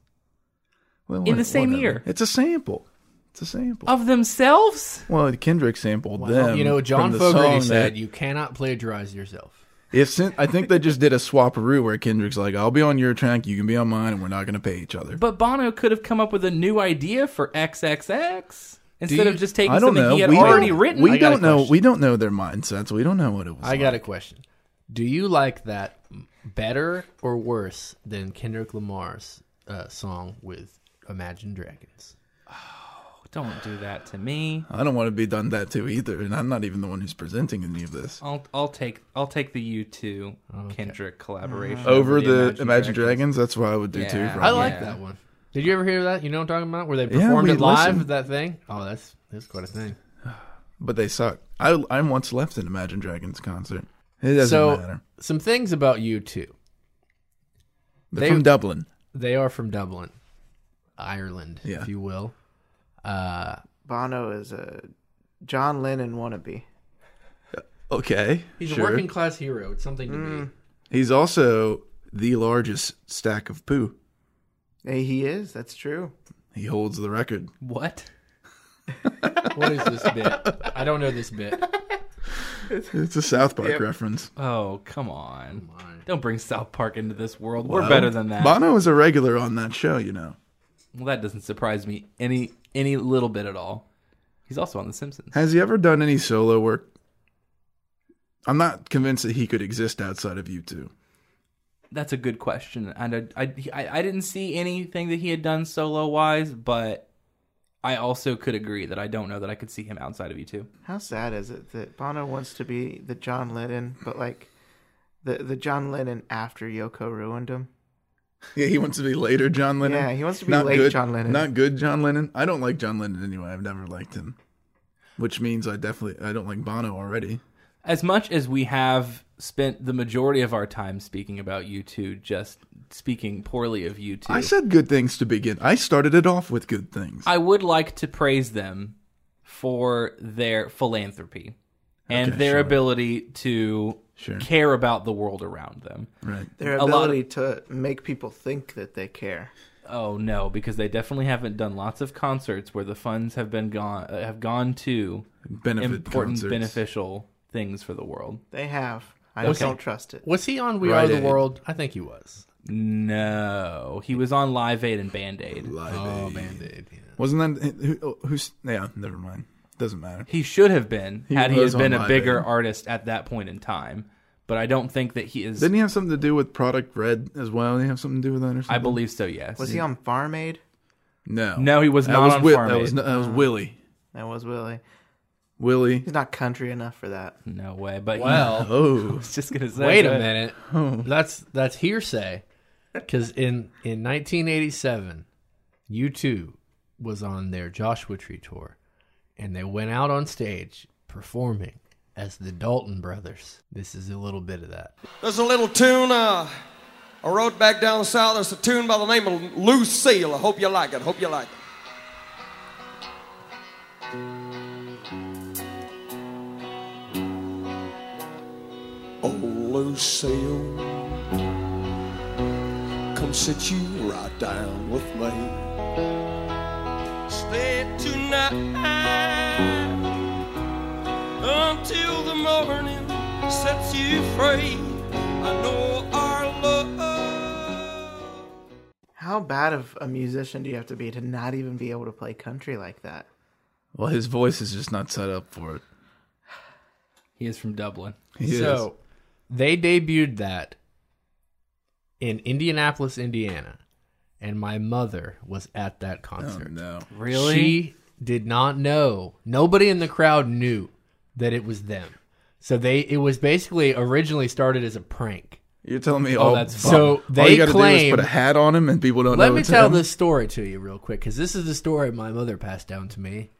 D: Well,
C: In the same year.
D: It's a sample. It's a sample.
C: of themselves.
D: well, Kendrick sampled them.
A: you know, John
D: from the
A: Fogerty
D: song
A: said,
D: that-
A: "You cannot plagiarize yourself."
D: If sin- I think they just did a swaparoo where Kendrick's like, "I'll be on your track, you can be on mine, and we're not going to pay each other."
C: But Bono could have come up with a new idea for XXX instead
A: you-
C: of just taking
D: I don't
C: something
D: know.
C: he had
D: we
C: already
D: don't,
C: written.
D: We
A: got a
D: don't know.
A: question.
D: We don't know their mindsets. We don't know what it was.
A: I got a question. Do you like that better or worse than Kendrick Lamar's uh, song with Imagine Dragons?
C: Don't do that to me.
D: I don't want to be done that to either, and I'm not even the one who's presenting any of this.
C: I'll I'll take I'll take the U2 Kendrick collaboration
D: Over the Imagine, Dragons, that's what I would do too.
C: Yeah.
A: I
D: probably.
A: like
C: Yeah.
A: that one. Did you ever hear that? You know what I'm talking about? Where they
D: Yeah,
A: performed
D: we
A: it live?
D: listened.
A: That thing? Oh, that's that's quite a thing.
D: but they suck. I I once left an Imagine Dragons concert. It doesn't
A: so,
D: matter.
A: some things about you two.
D: They're from Dublin.
A: They are from Dublin, Ireland,
D: Yeah.
A: if you will.
B: Bono is a John Lennon wannabe.
D: Okay.
A: He's
D: sure. Mm.
A: a working class hero. It's something to be.
D: He's also the largest stack of poo.
B: Hey, he is. That's true.
D: He holds the record.
C: What?
A: What is this bit? I don't know this bit.
D: It's a South Park reference.
C: Oh, come on. Don't bring South Park into this world. We're better than that.
D: Bono is a regular on that show, you know.
C: Well, that doesn't surprise me any any little bit at all. He's also on The Simpsons.
D: Has he ever done any solo work? I'm not convinced that he could exist outside of you two.
C: That's a good question, and I I, I didn't see anything that he had done solo wise, but I also could agree that I don't know that I could see him outside of you two.
B: How sad is it that Bono wants to be the John Lennon, but like the the John Lennon after Yoko ruined him?
D: Yeah, he wants to be later John Lennon.
B: Yeah, he wants to be late
D: good,
B: John Lennon.
D: Not good John Lennon. I don't like John Lennon anyway. I've never liked him. Which means I definitely I don't like Bono already.
C: As much as we have spent the majority of our time speaking about you two, just speaking poorly of you two,
D: I said good things to begin. I started it off with good things.
C: I would like to praise them for their philanthropy and
D: Okay,
C: their
D: sure.
C: ability to
D: Sure.
C: care about the world around them.
D: right.
B: Their
C: A lot
B: ability to make people think that they care.
C: Oh no, because they definitely haven't done lots of concerts where the funds have been gone uh, have gone to
D: Benefit
C: important
D: concerts.
C: beneficial things for the world.
B: They have. I just don't trust it.
A: Was he on We
D: Right
A: Are the
D: Aid.
A: World? I think he was.
C: No, he was on Live Aid and Band Aid.
D: Live
A: Oh,
D: Aid.
A: Band Aid. Yeah.
D: Wasn't that who, oh, who's? Yeah, never mind. Doesn't matter.
C: He should have been
D: He
C: had he
D: was
C: had been
D: on
C: a
D: Live
C: bigger
D: Aid.
C: artist at that point in time. But I don't think that he is.
D: Didn't he have something to do with Product Red as well? Did he have something to do with that or something?
C: I believe so. Yes.
B: Was he on Farm Aid?
D: No,
C: No, he was
D: That
C: not
D: was
C: on
D: Wi-
C: Farm
D: that
C: Aid.
D: Was, no- that was Willie.
B: That was Willie.
D: Willie.
B: He's not country enough for that.
C: No way. But
A: Well,
D: Oh,
C: was just gonna say.
A: Wait a
C: that.
A: minute. That's that's hearsay. Because in in 1987, U2 was on their Joshua Tree tour, and they went out on stage performing as the Dalton Brothers. This is a little bit of that.
H: There's a little tune uh, I wrote back down south. There's a tune by the name of Lucille. I hope you like it. Hope you like it. Oh, Lucille, come sit you right down with me. Stay tonight until the morning sets you free. I know our love.
B: How bad of a musician do you have to be to not even be able to play country like that?
D: well, his voice is just not set up for it.
C: He is from Dublin.
D: He
A: so they debuted that in Indianapolis, Indiana, and my mother was at that
D: is.
A: concert.
D: Oh, no,
A: She did not know. Nobody in the crowd knew that it was them. So they it was basically originally started as a prank.
D: you're telling me all.
C: Oh, that's
D: all-
A: so
D: all
A: they
D: you gotta do is
A: claim-
D: put a hat on him, and people don't
A: Let
D: know.
A: me
D: it's
A: tell
D: him.
A: this story to you real quick cuz this is the story my mother passed down to me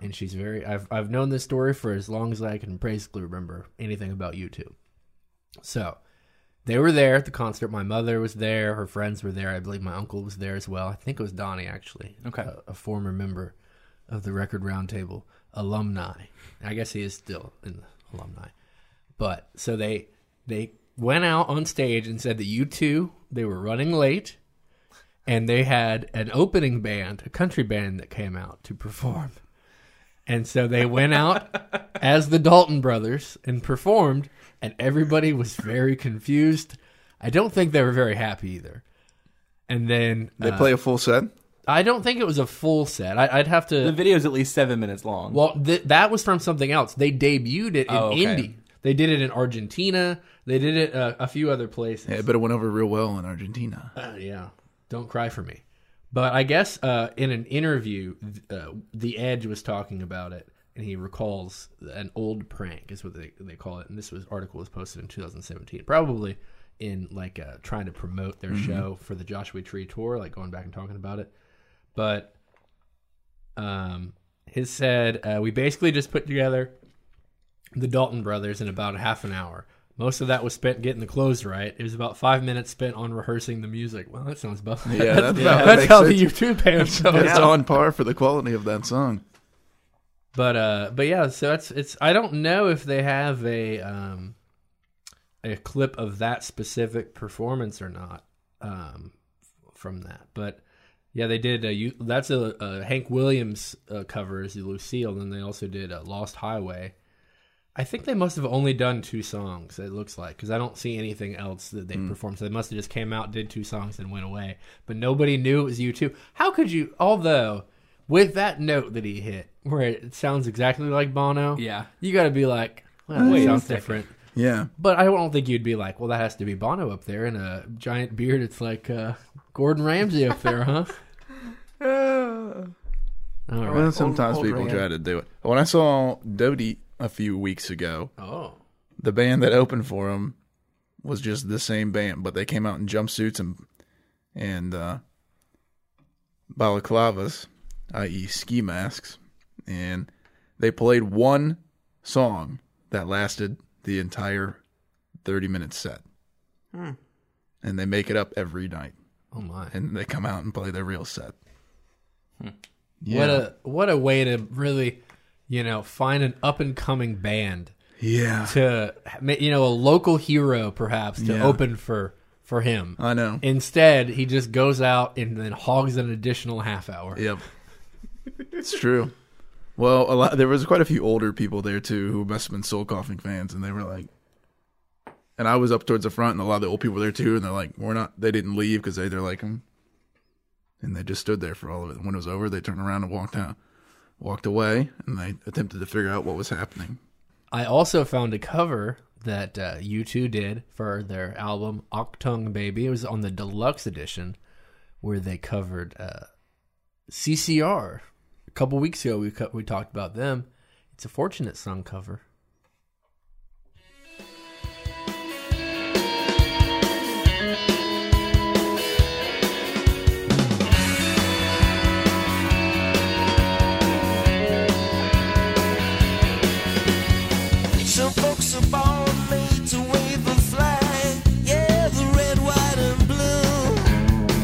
A: and she's very I've I've known this story for as long as I can basically remember anything about you two. So, they were there at the concert. My mother was there. Her friends were there. I believe my uncle was there as well. I think it was Donnie, actually.
C: Okay.
A: A, a former member of the Record Roundtable alumni. I guess he is still in the alumni. But so they they went out on stage and said that you two they were running late, and they had an opening band, a country band that came out to perform. And so they went out as the Dalton brothers and performed, and everybody was very confused. I don't think they were very happy either. And then
D: They
A: uh,
D: play a full set.
A: I don't think it was a full set. I, I'd have
C: The
A: to.
C: video is at least seven minutes long.
A: Well, th- that was from something else. They debuted it in
C: Oh, okay.
A: Indy. They did it in Argentina. They did it uh, a few other places.
D: Yeah, but it went over real well in Argentina.
A: Uh, yeah, don't cry for me. But I guess uh, in an interview, th- uh, The Edge was talking about it, and he recalls an old prank is what they, they call it. And this was article was posted in 2017, probably in like uh, trying to promote their show for the Joshua Tree tour, like going back and talking about it. But um, his said uh, we basically just put together the Dalton brothers in about a half an hour. Most of that was spent getting the clothes right. It was about five minutes spent on rehearsing the music. Well, that sounds about
D: Yeah,
A: that's,
D: that- that
A: that's
D: makes
A: how the
D: sense.
A: YouTube pans out.
D: That's on par for the quality of that song.
A: But uh, but yeah, so that's it's. I don't know if they have a um, a clip of that specific performance or not um, from that. But yeah, they did. A, you, that's a, a Hank Williams uh, cover as Lucille, and they also did a Lost Highway. I think they must have only done two songs. It looks like because I don't see anything else that they performed. So they must have just came out, did two songs, and went away. But nobody knew it was you two. How could you? Although with that note that he hit, where it sounds exactly like Bono,
C: Yeah.
A: you got to be like, well, wait, sounds different.
D: Yeah.
A: But I don't think you'd be like, well, that has to be Bono up there in a giant beard. It's like uh, Gordon Ramsay up there, huh? All right.
D: Well, sometimes
B: old
D: people
B: Ray.
D: try to do it. When I saw Doty a few weeks ago,
A: Oh,
D: the band that opened for him was just the same band, but they came out in jumpsuits and and uh, balaclavas, i.e., ski masks, and they played one song that lasted the entire thirty-minute set.
A: Hmm.
D: And they make it up every night,
A: oh my.
D: and they come out and play their real set.
A: Hmm. What a what a way to really, you know, find an up and coming band
D: Yeah,
A: to ma- you know a local hero perhaps to
D: Yeah.
A: open for for him.
D: I know.
A: Instead, he just goes out and then hogs an additional half hour.
D: Yep. it's true. Well, a lot there was quite a few older people there too who must have been soul coughing fans and they were like and I was up towards the front and a lot of the old people were there too and they're like we're not they didn't leave cuz they they're like "Hmm." and they just stood there for all of it. And when it was over, they turned around and walked out walked away and they attempted to figure out what was happening.
A: I also found a cover that uh, U2 did for their album Octung Baby. It was on the deluxe edition where they covered uh, CCR. A couple weeks ago, we co- we talked about them. It's a Fortunate Son cover.
G: Some folks are born made to wave a flag. Yeah, the red, white, and blue.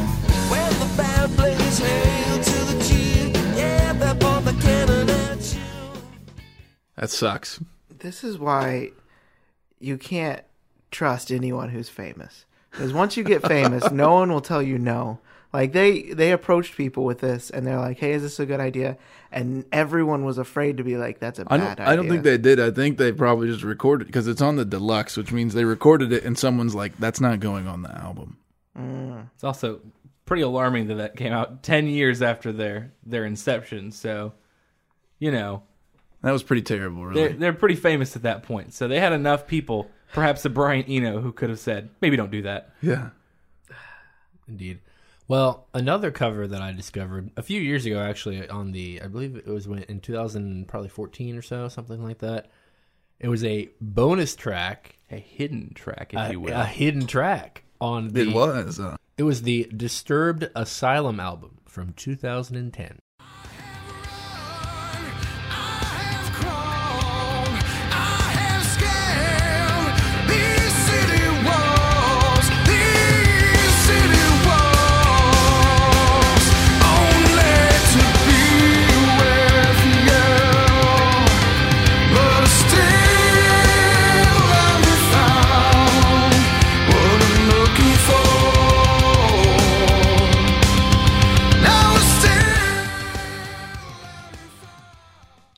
G: When the band plays hail to the G, yeah, they're born the cannon at you.
D: That sucks.
B: This is why you can't trust anyone who's famous. Because once you get famous, no one will tell you no. Like they they approached people with this, and they're like, "Hey, is this a good idea?" And everyone was afraid to be like, "That's a bad
D: I don't,
B: idea."
D: I don't think they did. I think they probably just recorded because it's on the deluxe, which means they recorded it and someone's like, "That's not going on the album."
C: It's also pretty alarming that that came out 10 years after their their inception. So, you know,
D: That was pretty terrible, really.
C: they're, they're pretty famous at that point. So they had enough people, perhaps a Brian Eno, who could have said, maybe don't do that.
D: yeah.
A: Indeed. Well, another cover that I discovered a few years ago, actually, on the I believe it was when in 2000, probably 14 or so, something like that. It was a bonus track,
C: A hidden track, if
A: a,
C: you will.
A: a hidden track on the
D: It was. Uh,
A: It was the Disturbed Asylum album from 2010.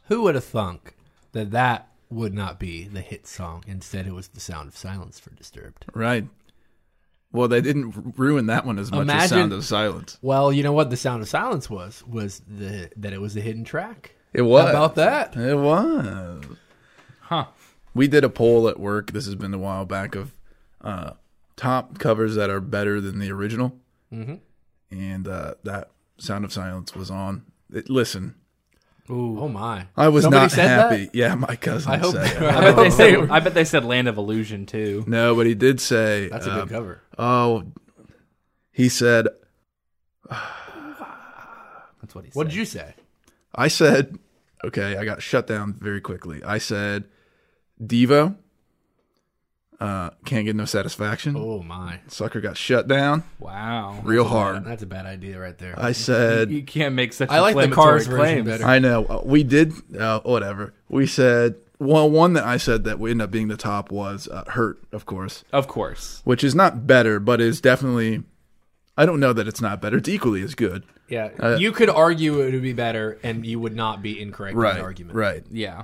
A: Who would have thunk that that would not be the hit song? Instead, it was the Sound of Silence for Disturbed.
D: Right. Well, they didn't r- ruin that one as much as
A: Imagine-
D: Sound of Silence.
A: Well, you know what the Sound of Silence was was the that it was a hidden track.
D: It was.
A: How about that?
D: It was.
C: Huh.
D: We did a poll at work. This has been a while back of uh, top covers that are better than the original. Mm-hmm. And uh, that Sound of Silence was on. It, listen,
A: Oh my!
D: I was
A: Somebody
D: not
A: said
D: happy. Yeah, my cousin
A: I hope.
D: said. it.
C: I bet, they
A: Oh.
C: said, I bet they said Land of Illusion, too.
D: No, but he did say.
A: That's a good
D: um,
A: cover.
D: Oh, he said.
C: That's what he said.
A: What did you say?
D: I said, okay, I got shut down very quickly. I said, Devo, uh, Uh, can't get no satisfaction.
A: Oh my,
D: Sucker got shut down
C: Wow.
D: real hard.
A: that's a bad idea right there.
D: I said,
C: You can't make such
A: I like the
C: inflammatory
A: Cars version
C: claims.
A: better.
D: I know. Uh, We did, uh, whatever. We said, well, one that I said that we ended up being the top was uh, Hurt, of course,
C: Of course.
D: which is not better, but is definitely, I don't know that it's not better. It's equally as good.
A: yeah, you could argue it would be better, and you would not be incorrect in the argument.
D: Right.
C: Yeah.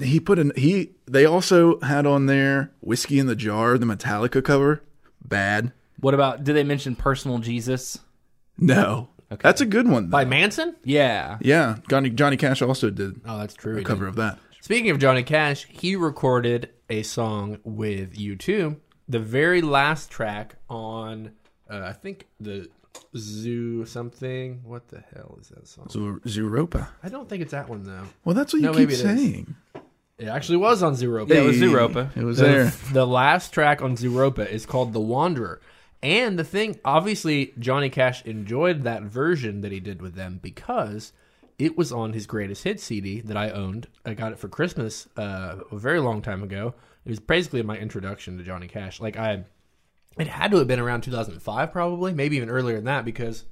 D: He put in, he, they also had on there Whiskey in the Jar, the Metallica cover. Bad.
C: what about? Did they mention personal Jesus?
D: No. That's a good one. though.
A: By Manson?
C: Yeah.
D: yeah. Johnny, Johnny Cash also did
A: Oh, that's true.
D: a cover of that.
A: Speaking of Johnny Cash, he recorded a song with U2, the very last track on, uh, I think, the Zoo something. What the hell is that song?
D: So, Zuropa.
A: I don't think it's that one, though.
D: Well, that's what you
A: No,
D: keep
A: maybe it is.
D: saying.
A: It actually was on Zoo
C: Yeah, it was Zuropa.
D: It was
A: The,
D: there.
A: the last track on Zeropa is called The Wanderer. And the thing, obviously, Johnny Cash enjoyed that version that he did with them because it was on his greatest hit CD that I owned. I got it for Christmas uh, a very long time ago. It was basically my introduction to Johnny Cash. Like, I, it had to have been around 2005, probably, maybe even earlier than that, because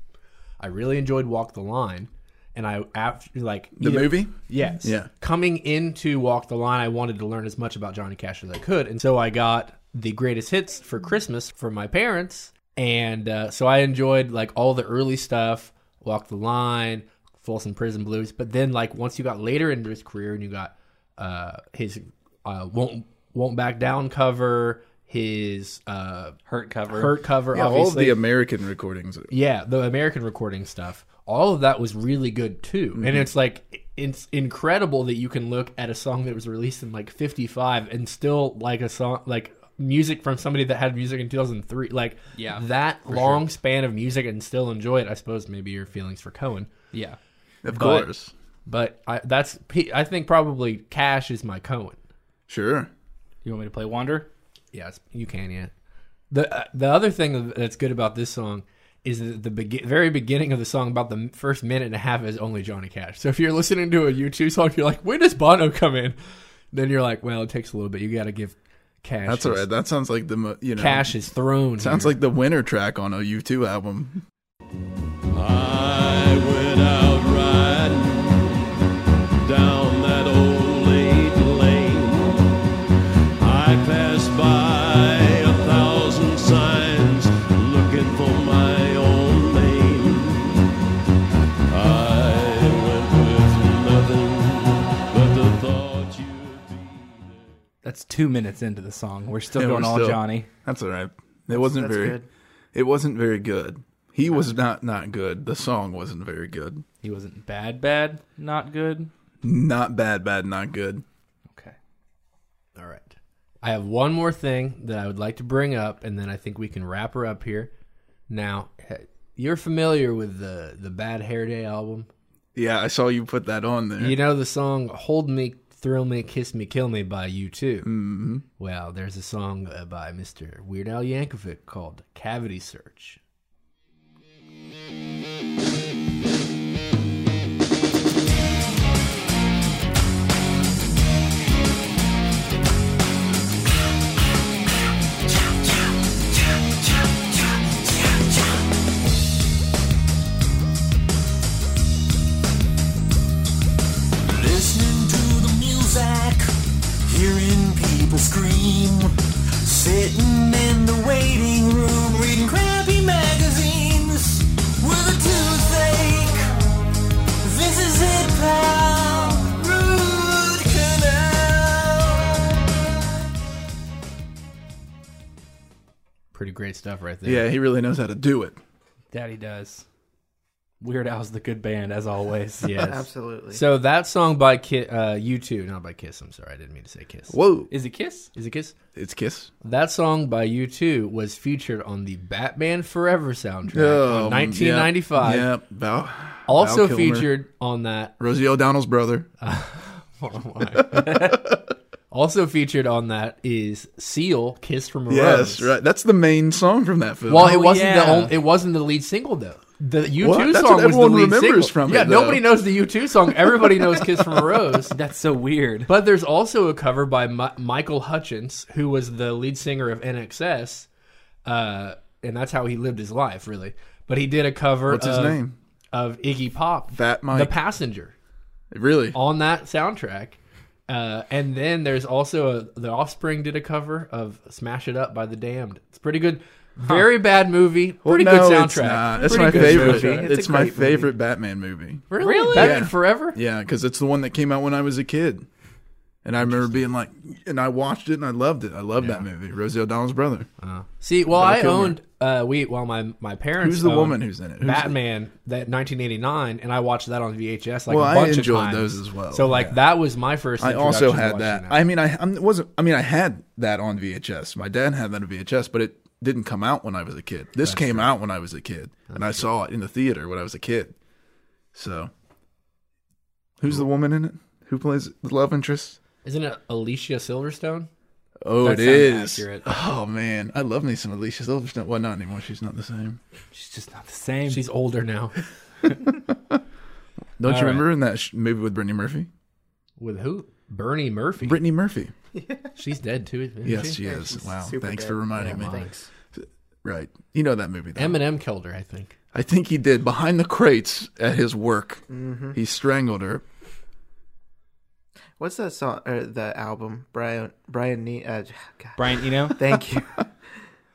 A: I really enjoyed Walk the Line. And I, after, like,
D: The
A: either-
D: movie?
A: Yes.
D: Yeah.
A: Coming into Walk the Line, I wanted to learn as much about Johnny Cash as I could, and so I got the greatest hits for Christmas from my parents, and uh, so I enjoyed like all the early stuff, Walk the Line, Folsom Prison Blues. But then, like once you got later into his career, and you got uh, his uh, won't won't back down cover, his uh,
C: Hurt cover.
A: hurt cover,
D: Yeah, all of
A: obviously
D: the American recordings. are-
A: yeah, the American recording stuff, all of that was really good too. And it's like it's incredible that you can look at a song that was released in like 55 and still like a song like music from somebody that had music in 2003 like
C: Yeah,
A: that long span of music and still enjoy it. I suppose maybe your feelings for Cohen.
C: Yeah.
D: Of
A: But-
D: course.
A: But I that's he- I think probably Cash is my Cohen.
D: Sure.
C: You want me to play Wander?
A: Yes, you can. Yeah. The uh, the other thing that's good about this song is that the begi- very beginning of the song, about the m- first minute and a half, is only Johnny Cash. So if you're listening to a U2 song, you're like, "Where does Bono come in?" Then you're like, "Well, it takes a little bit. You got to give Cash.
D: That's all right. That sounds like the, mo- you know.
A: Cash is thrown.
D: Sounds like the winner track on a U2 album.
E: I went out riding down that old late lane. I passed by a thousand signs looking for my own name. I went with nothing but the thought you'd be there.
C: That's two minutes into the song. We're still
D: Yeah,
C: going
D: we're
C: all
D: still-
C: Johnny.
D: That's all right. It wasn't
B: that's
D: very.
B: good.
D: It wasn't very good. He was not not good. The song wasn't very good.
C: He wasn't bad, bad, not good.
D: Not bad, bad, not good.
C: Okay.
A: All right. I have one more thing that I would like to bring up, and then I think we can wrap her up here. Now, h- you're familiar with the the Bad Hair Day album.
D: Yeah, I saw you put that on there.
A: You know the song "Hold Me, Thrill Me, Kiss Me, Kill Me" by U2. Mm-hmm. Well, there's a song uh, by Mr. Weird Al Yankovic called "Cavity Search."
I: Listening to the music, hearing people scream, sitting in the waiting room, reading crappy magazines with a toothache. This is it, pal. Root canal.
A: Pretty great stuff, right there.
D: yeah, he really knows how to do it.
C: Daddy does. Weird Al's the good band, as always.
A: Yes.
B: Absolutely.
A: So that song by Ki- uh, U2, not by Kiss. I'm sorry, I didn't mean to say Kiss.
D: Whoa,
C: Is it Kiss?
A: Is it Kiss?
D: it's Kiss.
A: That song by U2 was featured on the Batman Forever soundtrack
D: Oh,
A: in 1995.
D: Yeah, yeah Val-
A: Also
D: Val Kilmer.
A: featured on that
D: Rosie O'Donnell's brother.
A: also featured on that is Seal Kiss from a Rose.
D: yes, right. That's the main song from that film.
A: Well, it wasn't
C: yeah.
A: the only, it wasn't the lead single though. The U2
D: What? That's
A: song
D: what
A: was the
D: everyone
A: lead
D: remembers
A: single.
D: from it,
A: yeah,
D: though.
A: nobody knows the U2 song. Everybody knows "Kiss from a Rose."
C: That's so weird.
A: But there's also a cover by Mi- Michael Hutchins, who was the lead singer of NXS, uh, and that's how he lived his life, really. But he did a cover.
D: What's his
A: of-
D: name?
A: Of Iggy Pop,
D: Fat Mike.
A: the Passenger,
D: Really?
A: on that soundtrack. Uh, and then there's also a, the Offspring did a cover of "Smash It Up" by the Damned. It's pretty good. Very bad movie. Pretty
D: no,
A: good soundtrack.
D: It's not. That's
A: Pretty
D: my
A: good
D: favorite.
A: soundtrack.
D: It's,
B: It's a
D: my
B: great movie.
D: favorite Batman movie.
A: Really? Batman
D: Yeah.
A: Forever?
D: Yeah, because it's the one that came out when I was a kid. And I remember being like, and I watched it and I loved it. I loved that movie. Rosie O'Donnell's brother.
A: See, well, I
D: Kilmer.
A: owned uh, we well my my parents.
D: Who's the
A: owned
D: woman who's in it? Who's the-
A: Batman that 1989, and I watched that on VHS like
D: Well,
A: a
D: I
A: bunch
D: enjoyed
A: of times.
D: those as well,
A: So like
D: yeah.
A: that was my first.
D: I also
A: introduction to
D: had
A: watching
D: that. I mean, I I'm- it wasn't. I mean, I had that on VHS. My dad had that on VHS, but it didn't come out when I was a kid. This came out when I was a kid, and I saw it in the theater when I was a kid. So, who's the woman in it? Who plays the love interest?
A: Isn't it Alicia Silverstone?
D: Oh,
C: That
D: it
C: sounds
D: is.
C: accurate.
D: Oh man, I love me some Alicia Silverstone. Well, not anymore. She's not the same.
C: She's just not the same.
A: She's older now.
D: Don't
C: All
D: you
C: right.
D: remember in that sh- movie with Brittany Murphy?
A: With who? Bernie Murphy.
D: Brittany Murphy.
A: She's dead too. Isn't
D: Yes,
A: she?
D: she is. Wow.
B: super
D: Thanks
B: dead.
D: for reminding
A: Yeah,
D: me.
B: Thanks.
D: Right. You know that movie. Though.
A: Eminem killed her, I think.
D: I think he did behind the crates at his work.
C: Mm-hmm.
D: He strangled her.
B: What's that song or the album? Brian Brian Ne uh, God,
C: Brian Eno.
B: Thank you.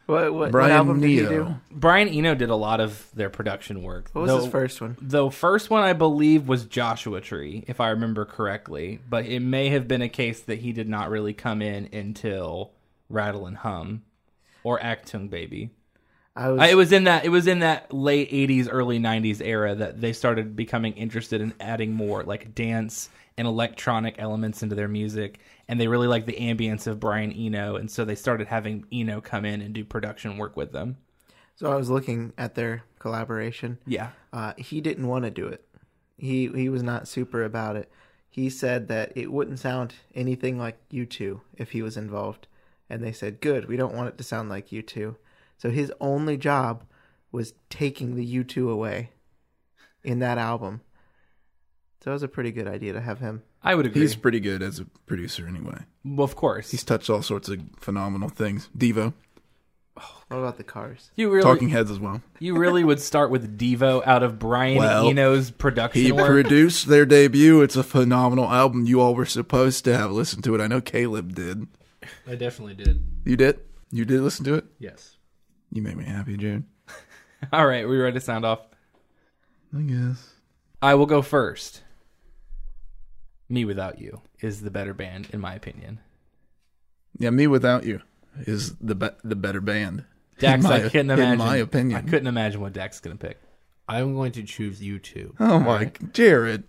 B: what what, what
D: Brian
B: album did he do?
D: Neo.
C: Brian Eno did a lot of their production work.
B: What was
C: Though-
B: his first one?
C: The first one, I believe, was Joshua Tree, if I remember correctly. But it may have been a case that he did not really come in until Rattle and Hum or Actung Baby.
B: I was,
C: Uh, it was in that it was in that late '80s, early '90s era that they started becoming interested in adding more like dance and electronic elements into their music, and they really liked the ambience of Brian Eno, and so they started having Eno come in and do production work with them.
B: so I was looking at their collaboration.
C: Yeah,
B: Uh, he didn't want to do it. He he was not super about it. He said that it wouldn't sound anything like you two if he was involved, and they said, "Good, we don't want it to sound like you two. So his only job was taking the U two away in that album. So it was a pretty good idea to have him.
C: I would agree.
D: He's pretty good as a producer, anyway.
C: well, of course,
D: He's touched all sorts of phenomenal things. Devo,
B: What about the Cars?
C: you really
D: Talking Heads as well.
C: you really would start with Devo out of Brian
D: Well,
C: Eno's production
D: He
C: work.
D: produced their debut. It's a phenomenal album. You all were supposed to have listened to it. I know Caleb did.
A: I definitely did.
D: You did. You did listen to it.
A: Yes.
D: You made me happy, June.
C: All right, we ready to sound off.
D: I guess.
C: I will go first. Me Without You is the better band, in my opinion.
D: Yeah, me without you is the be- the better band.
C: Dax,
D: In my-
C: I couldn't
D: in
C: imagine.
D: my opinion.
C: I couldn't imagine what Dax's gonna pick.
A: I'm going to choose you two.
D: Oh my, Jared.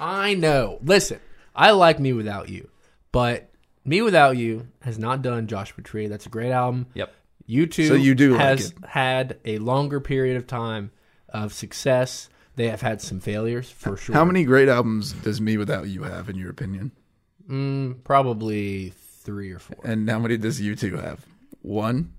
A: I know. Listen, I like Me Without You, but Me Without You has not done Joshua Tree. That's a great album.
C: Yep.
A: You two
D: So you do like
A: has
D: it.
A: had a longer period of time of success. They have had some failures for sure.
D: How many great albums does Me Without You have, in your opinion?
A: Probably three or four.
D: And how many does you two have? One.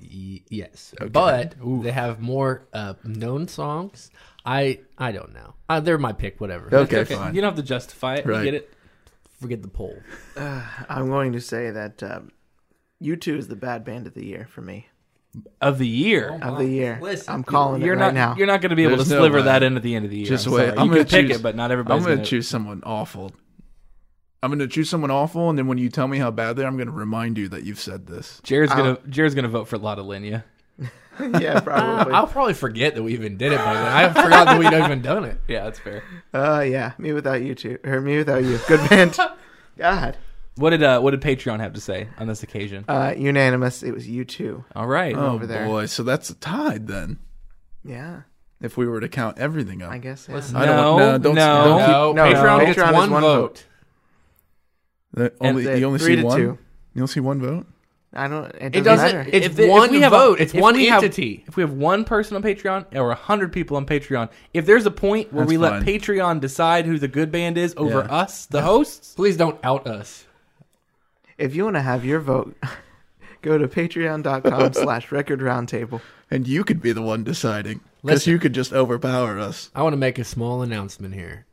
A: Y- yes, but they have more uh, known songs. I I don't know. Uh, they're my pick. Whatever.
D: Okay,
C: Okay,
D: fine.
C: you don't have to justify it. You
D: Right.
C: get it?
A: Forget the poll.
B: I'm going to say that um, U two is the bad band of the year for me.
C: Of the year.
B: Of the year,
A: Listen,
B: I'm calling
C: you're
B: it
C: not.
B: Oh, right now.
C: You're not going to be able
D: There's
C: to
D: no
C: sliver
D: way.
C: that in at the end of the year.
D: Just
C: I'm
D: wait.
C: sorry.
D: I'm
C: you
D: gonna
C: can pick
D: choose-
C: it, but not everybody's
D: I'm gonna
C: going to
D: choose someone awful. I'm gonna choose someone awful, and then when you tell me how bad they are, I'm gonna remind you that you've said this.
C: Jared's going
B: Oh.
C: to. Jared's going to vote for Lotta Linya.
B: yeah, probably.
A: I'll probably forget that we even did it by then. I forgot that we'd even done it.
C: Yeah, that's fair.
B: Uh, yeah, me without you two, or me without you. Good band. God,
C: What did uh, What did Patreon have to say on this occasion?
B: uh, unanimous. It was you two.
C: All right.
D: Oh
B: over there.
D: boy, so that's a tied then.
B: Yeah,
D: If we were to count everything up,
B: I guess. Yeah.
A: Listen,
D: I don't
C: No,
D: want- no, don't,
C: no.
D: don't keep-
A: No,
B: no,
A: Patreon
B: no.
A: gets
B: Patreon is
A: one,
B: one
A: vote.
D: the only,
B: they-
D: you only
B: three
D: see
B: to
D: one.
B: two.
D: You only see one vote.
B: I don't. It doesn't,
A: It doesn't.
B: matter.
A: It's
C: If the- if
A: one
C: we have a-
A: vote. it's
C: if
A: one
C: we have-
A: entity.
C: if we have one person on Patreon or a hundred people on Patreon, if there's a point where
D: That's
C: we let
D: fine.
C: Patreon decide who the good band is over
D: Yeah.
C: us, the hosts,
A: Please don't out us.
B: if you want to have your vote, go to patreon.com slash record roundtable.
D: and you could be the one deciding. Because
A: Listen.
D: you could just overpower us.
A: I want to make a small announcement here.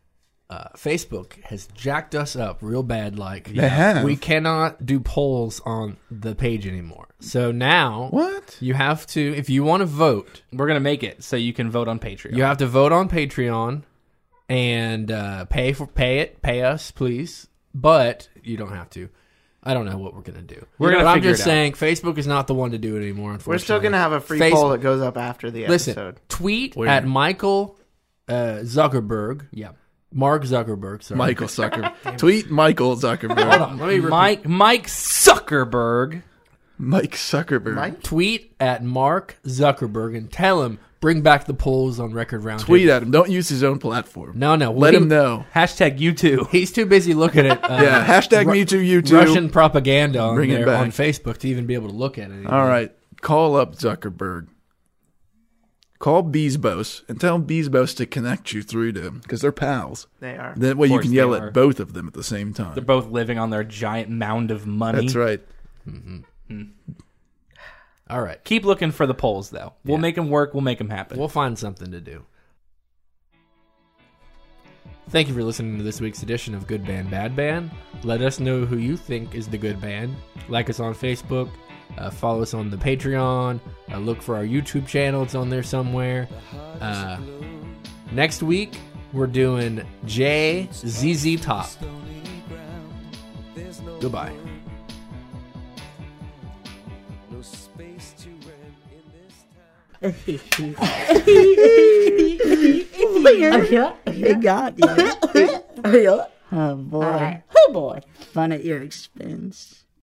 A: Uh, Facebook has jacked us up real bad. Like
D: They have.
A: we cannot do polls on the page anymore. So now
D: What?
A: you have to, if you want to vote,
C: We're gonna make it so you can vote on Patreon.
A: you have to vote on Patreon and uh, pay for pay it, pay us, please. But you don't have to. I don't know what we're gonna do.
C: We're gonna
A: But I'm
C: figure
A: just
C: it out.
A: saying, Facebook is not the one to do it anymore. Unfortunately,
B: We're still gonna have a free
A: Face-
B: poll that goes up after the
A: Listen,
B: episode.
A: tweet at Michael uh, Zuckerberg,
C: Yeah.
A: Mark Zuckerberg, sorry.
D: Michael Zuckerberg. Tweet Michael
A: Hold
D: Zuckerberg.
A: on, let me repeat.
C: Mike Mike Zuckerberg.
D: Mike Zuckerberg.
B: Mike?
A: tweet at Mark Zuckerberg and tell him bring back the polls on Record Round.
D: Tweet at him. Don't use his own platform.
A: No, no.
D: Let
A: he-
D: him know.
C: Hashtag you too.
A: He's too busy looking at uh,
D: Yeah. Hashtag me too, you too.
A: Russian propaganda on,
D: Bring it
A: there,
D: back.
A: on Facebook to even be able to look at it.
D: All right. Call up Zuckerberg. Call Bezos and tell Bezos to connect you through to because they're pals.
B: They are.
D: That way you
C: course
D: can yell
C: they are.
D: at both of them at the same time.
C: They're both living on their giant mound of money.
D: That's right.
A: All right.
C: Keep looking for the polls though. We'll make them work. We'll make them happen.
A: We'll find something to do. Thank you for listening to this week's edition of Good Band Bad Band. Let us know who you think is the good band. Like us on Facebook, uh, follow us on the Patreon, uh, look for our YouTube channel, it's on there somewhere. Uh, next week, we're doing J ZZ Top. Goodbye.
G: No space to rent in this town.
J: Oh boy. Oh boy. Fun at your expense.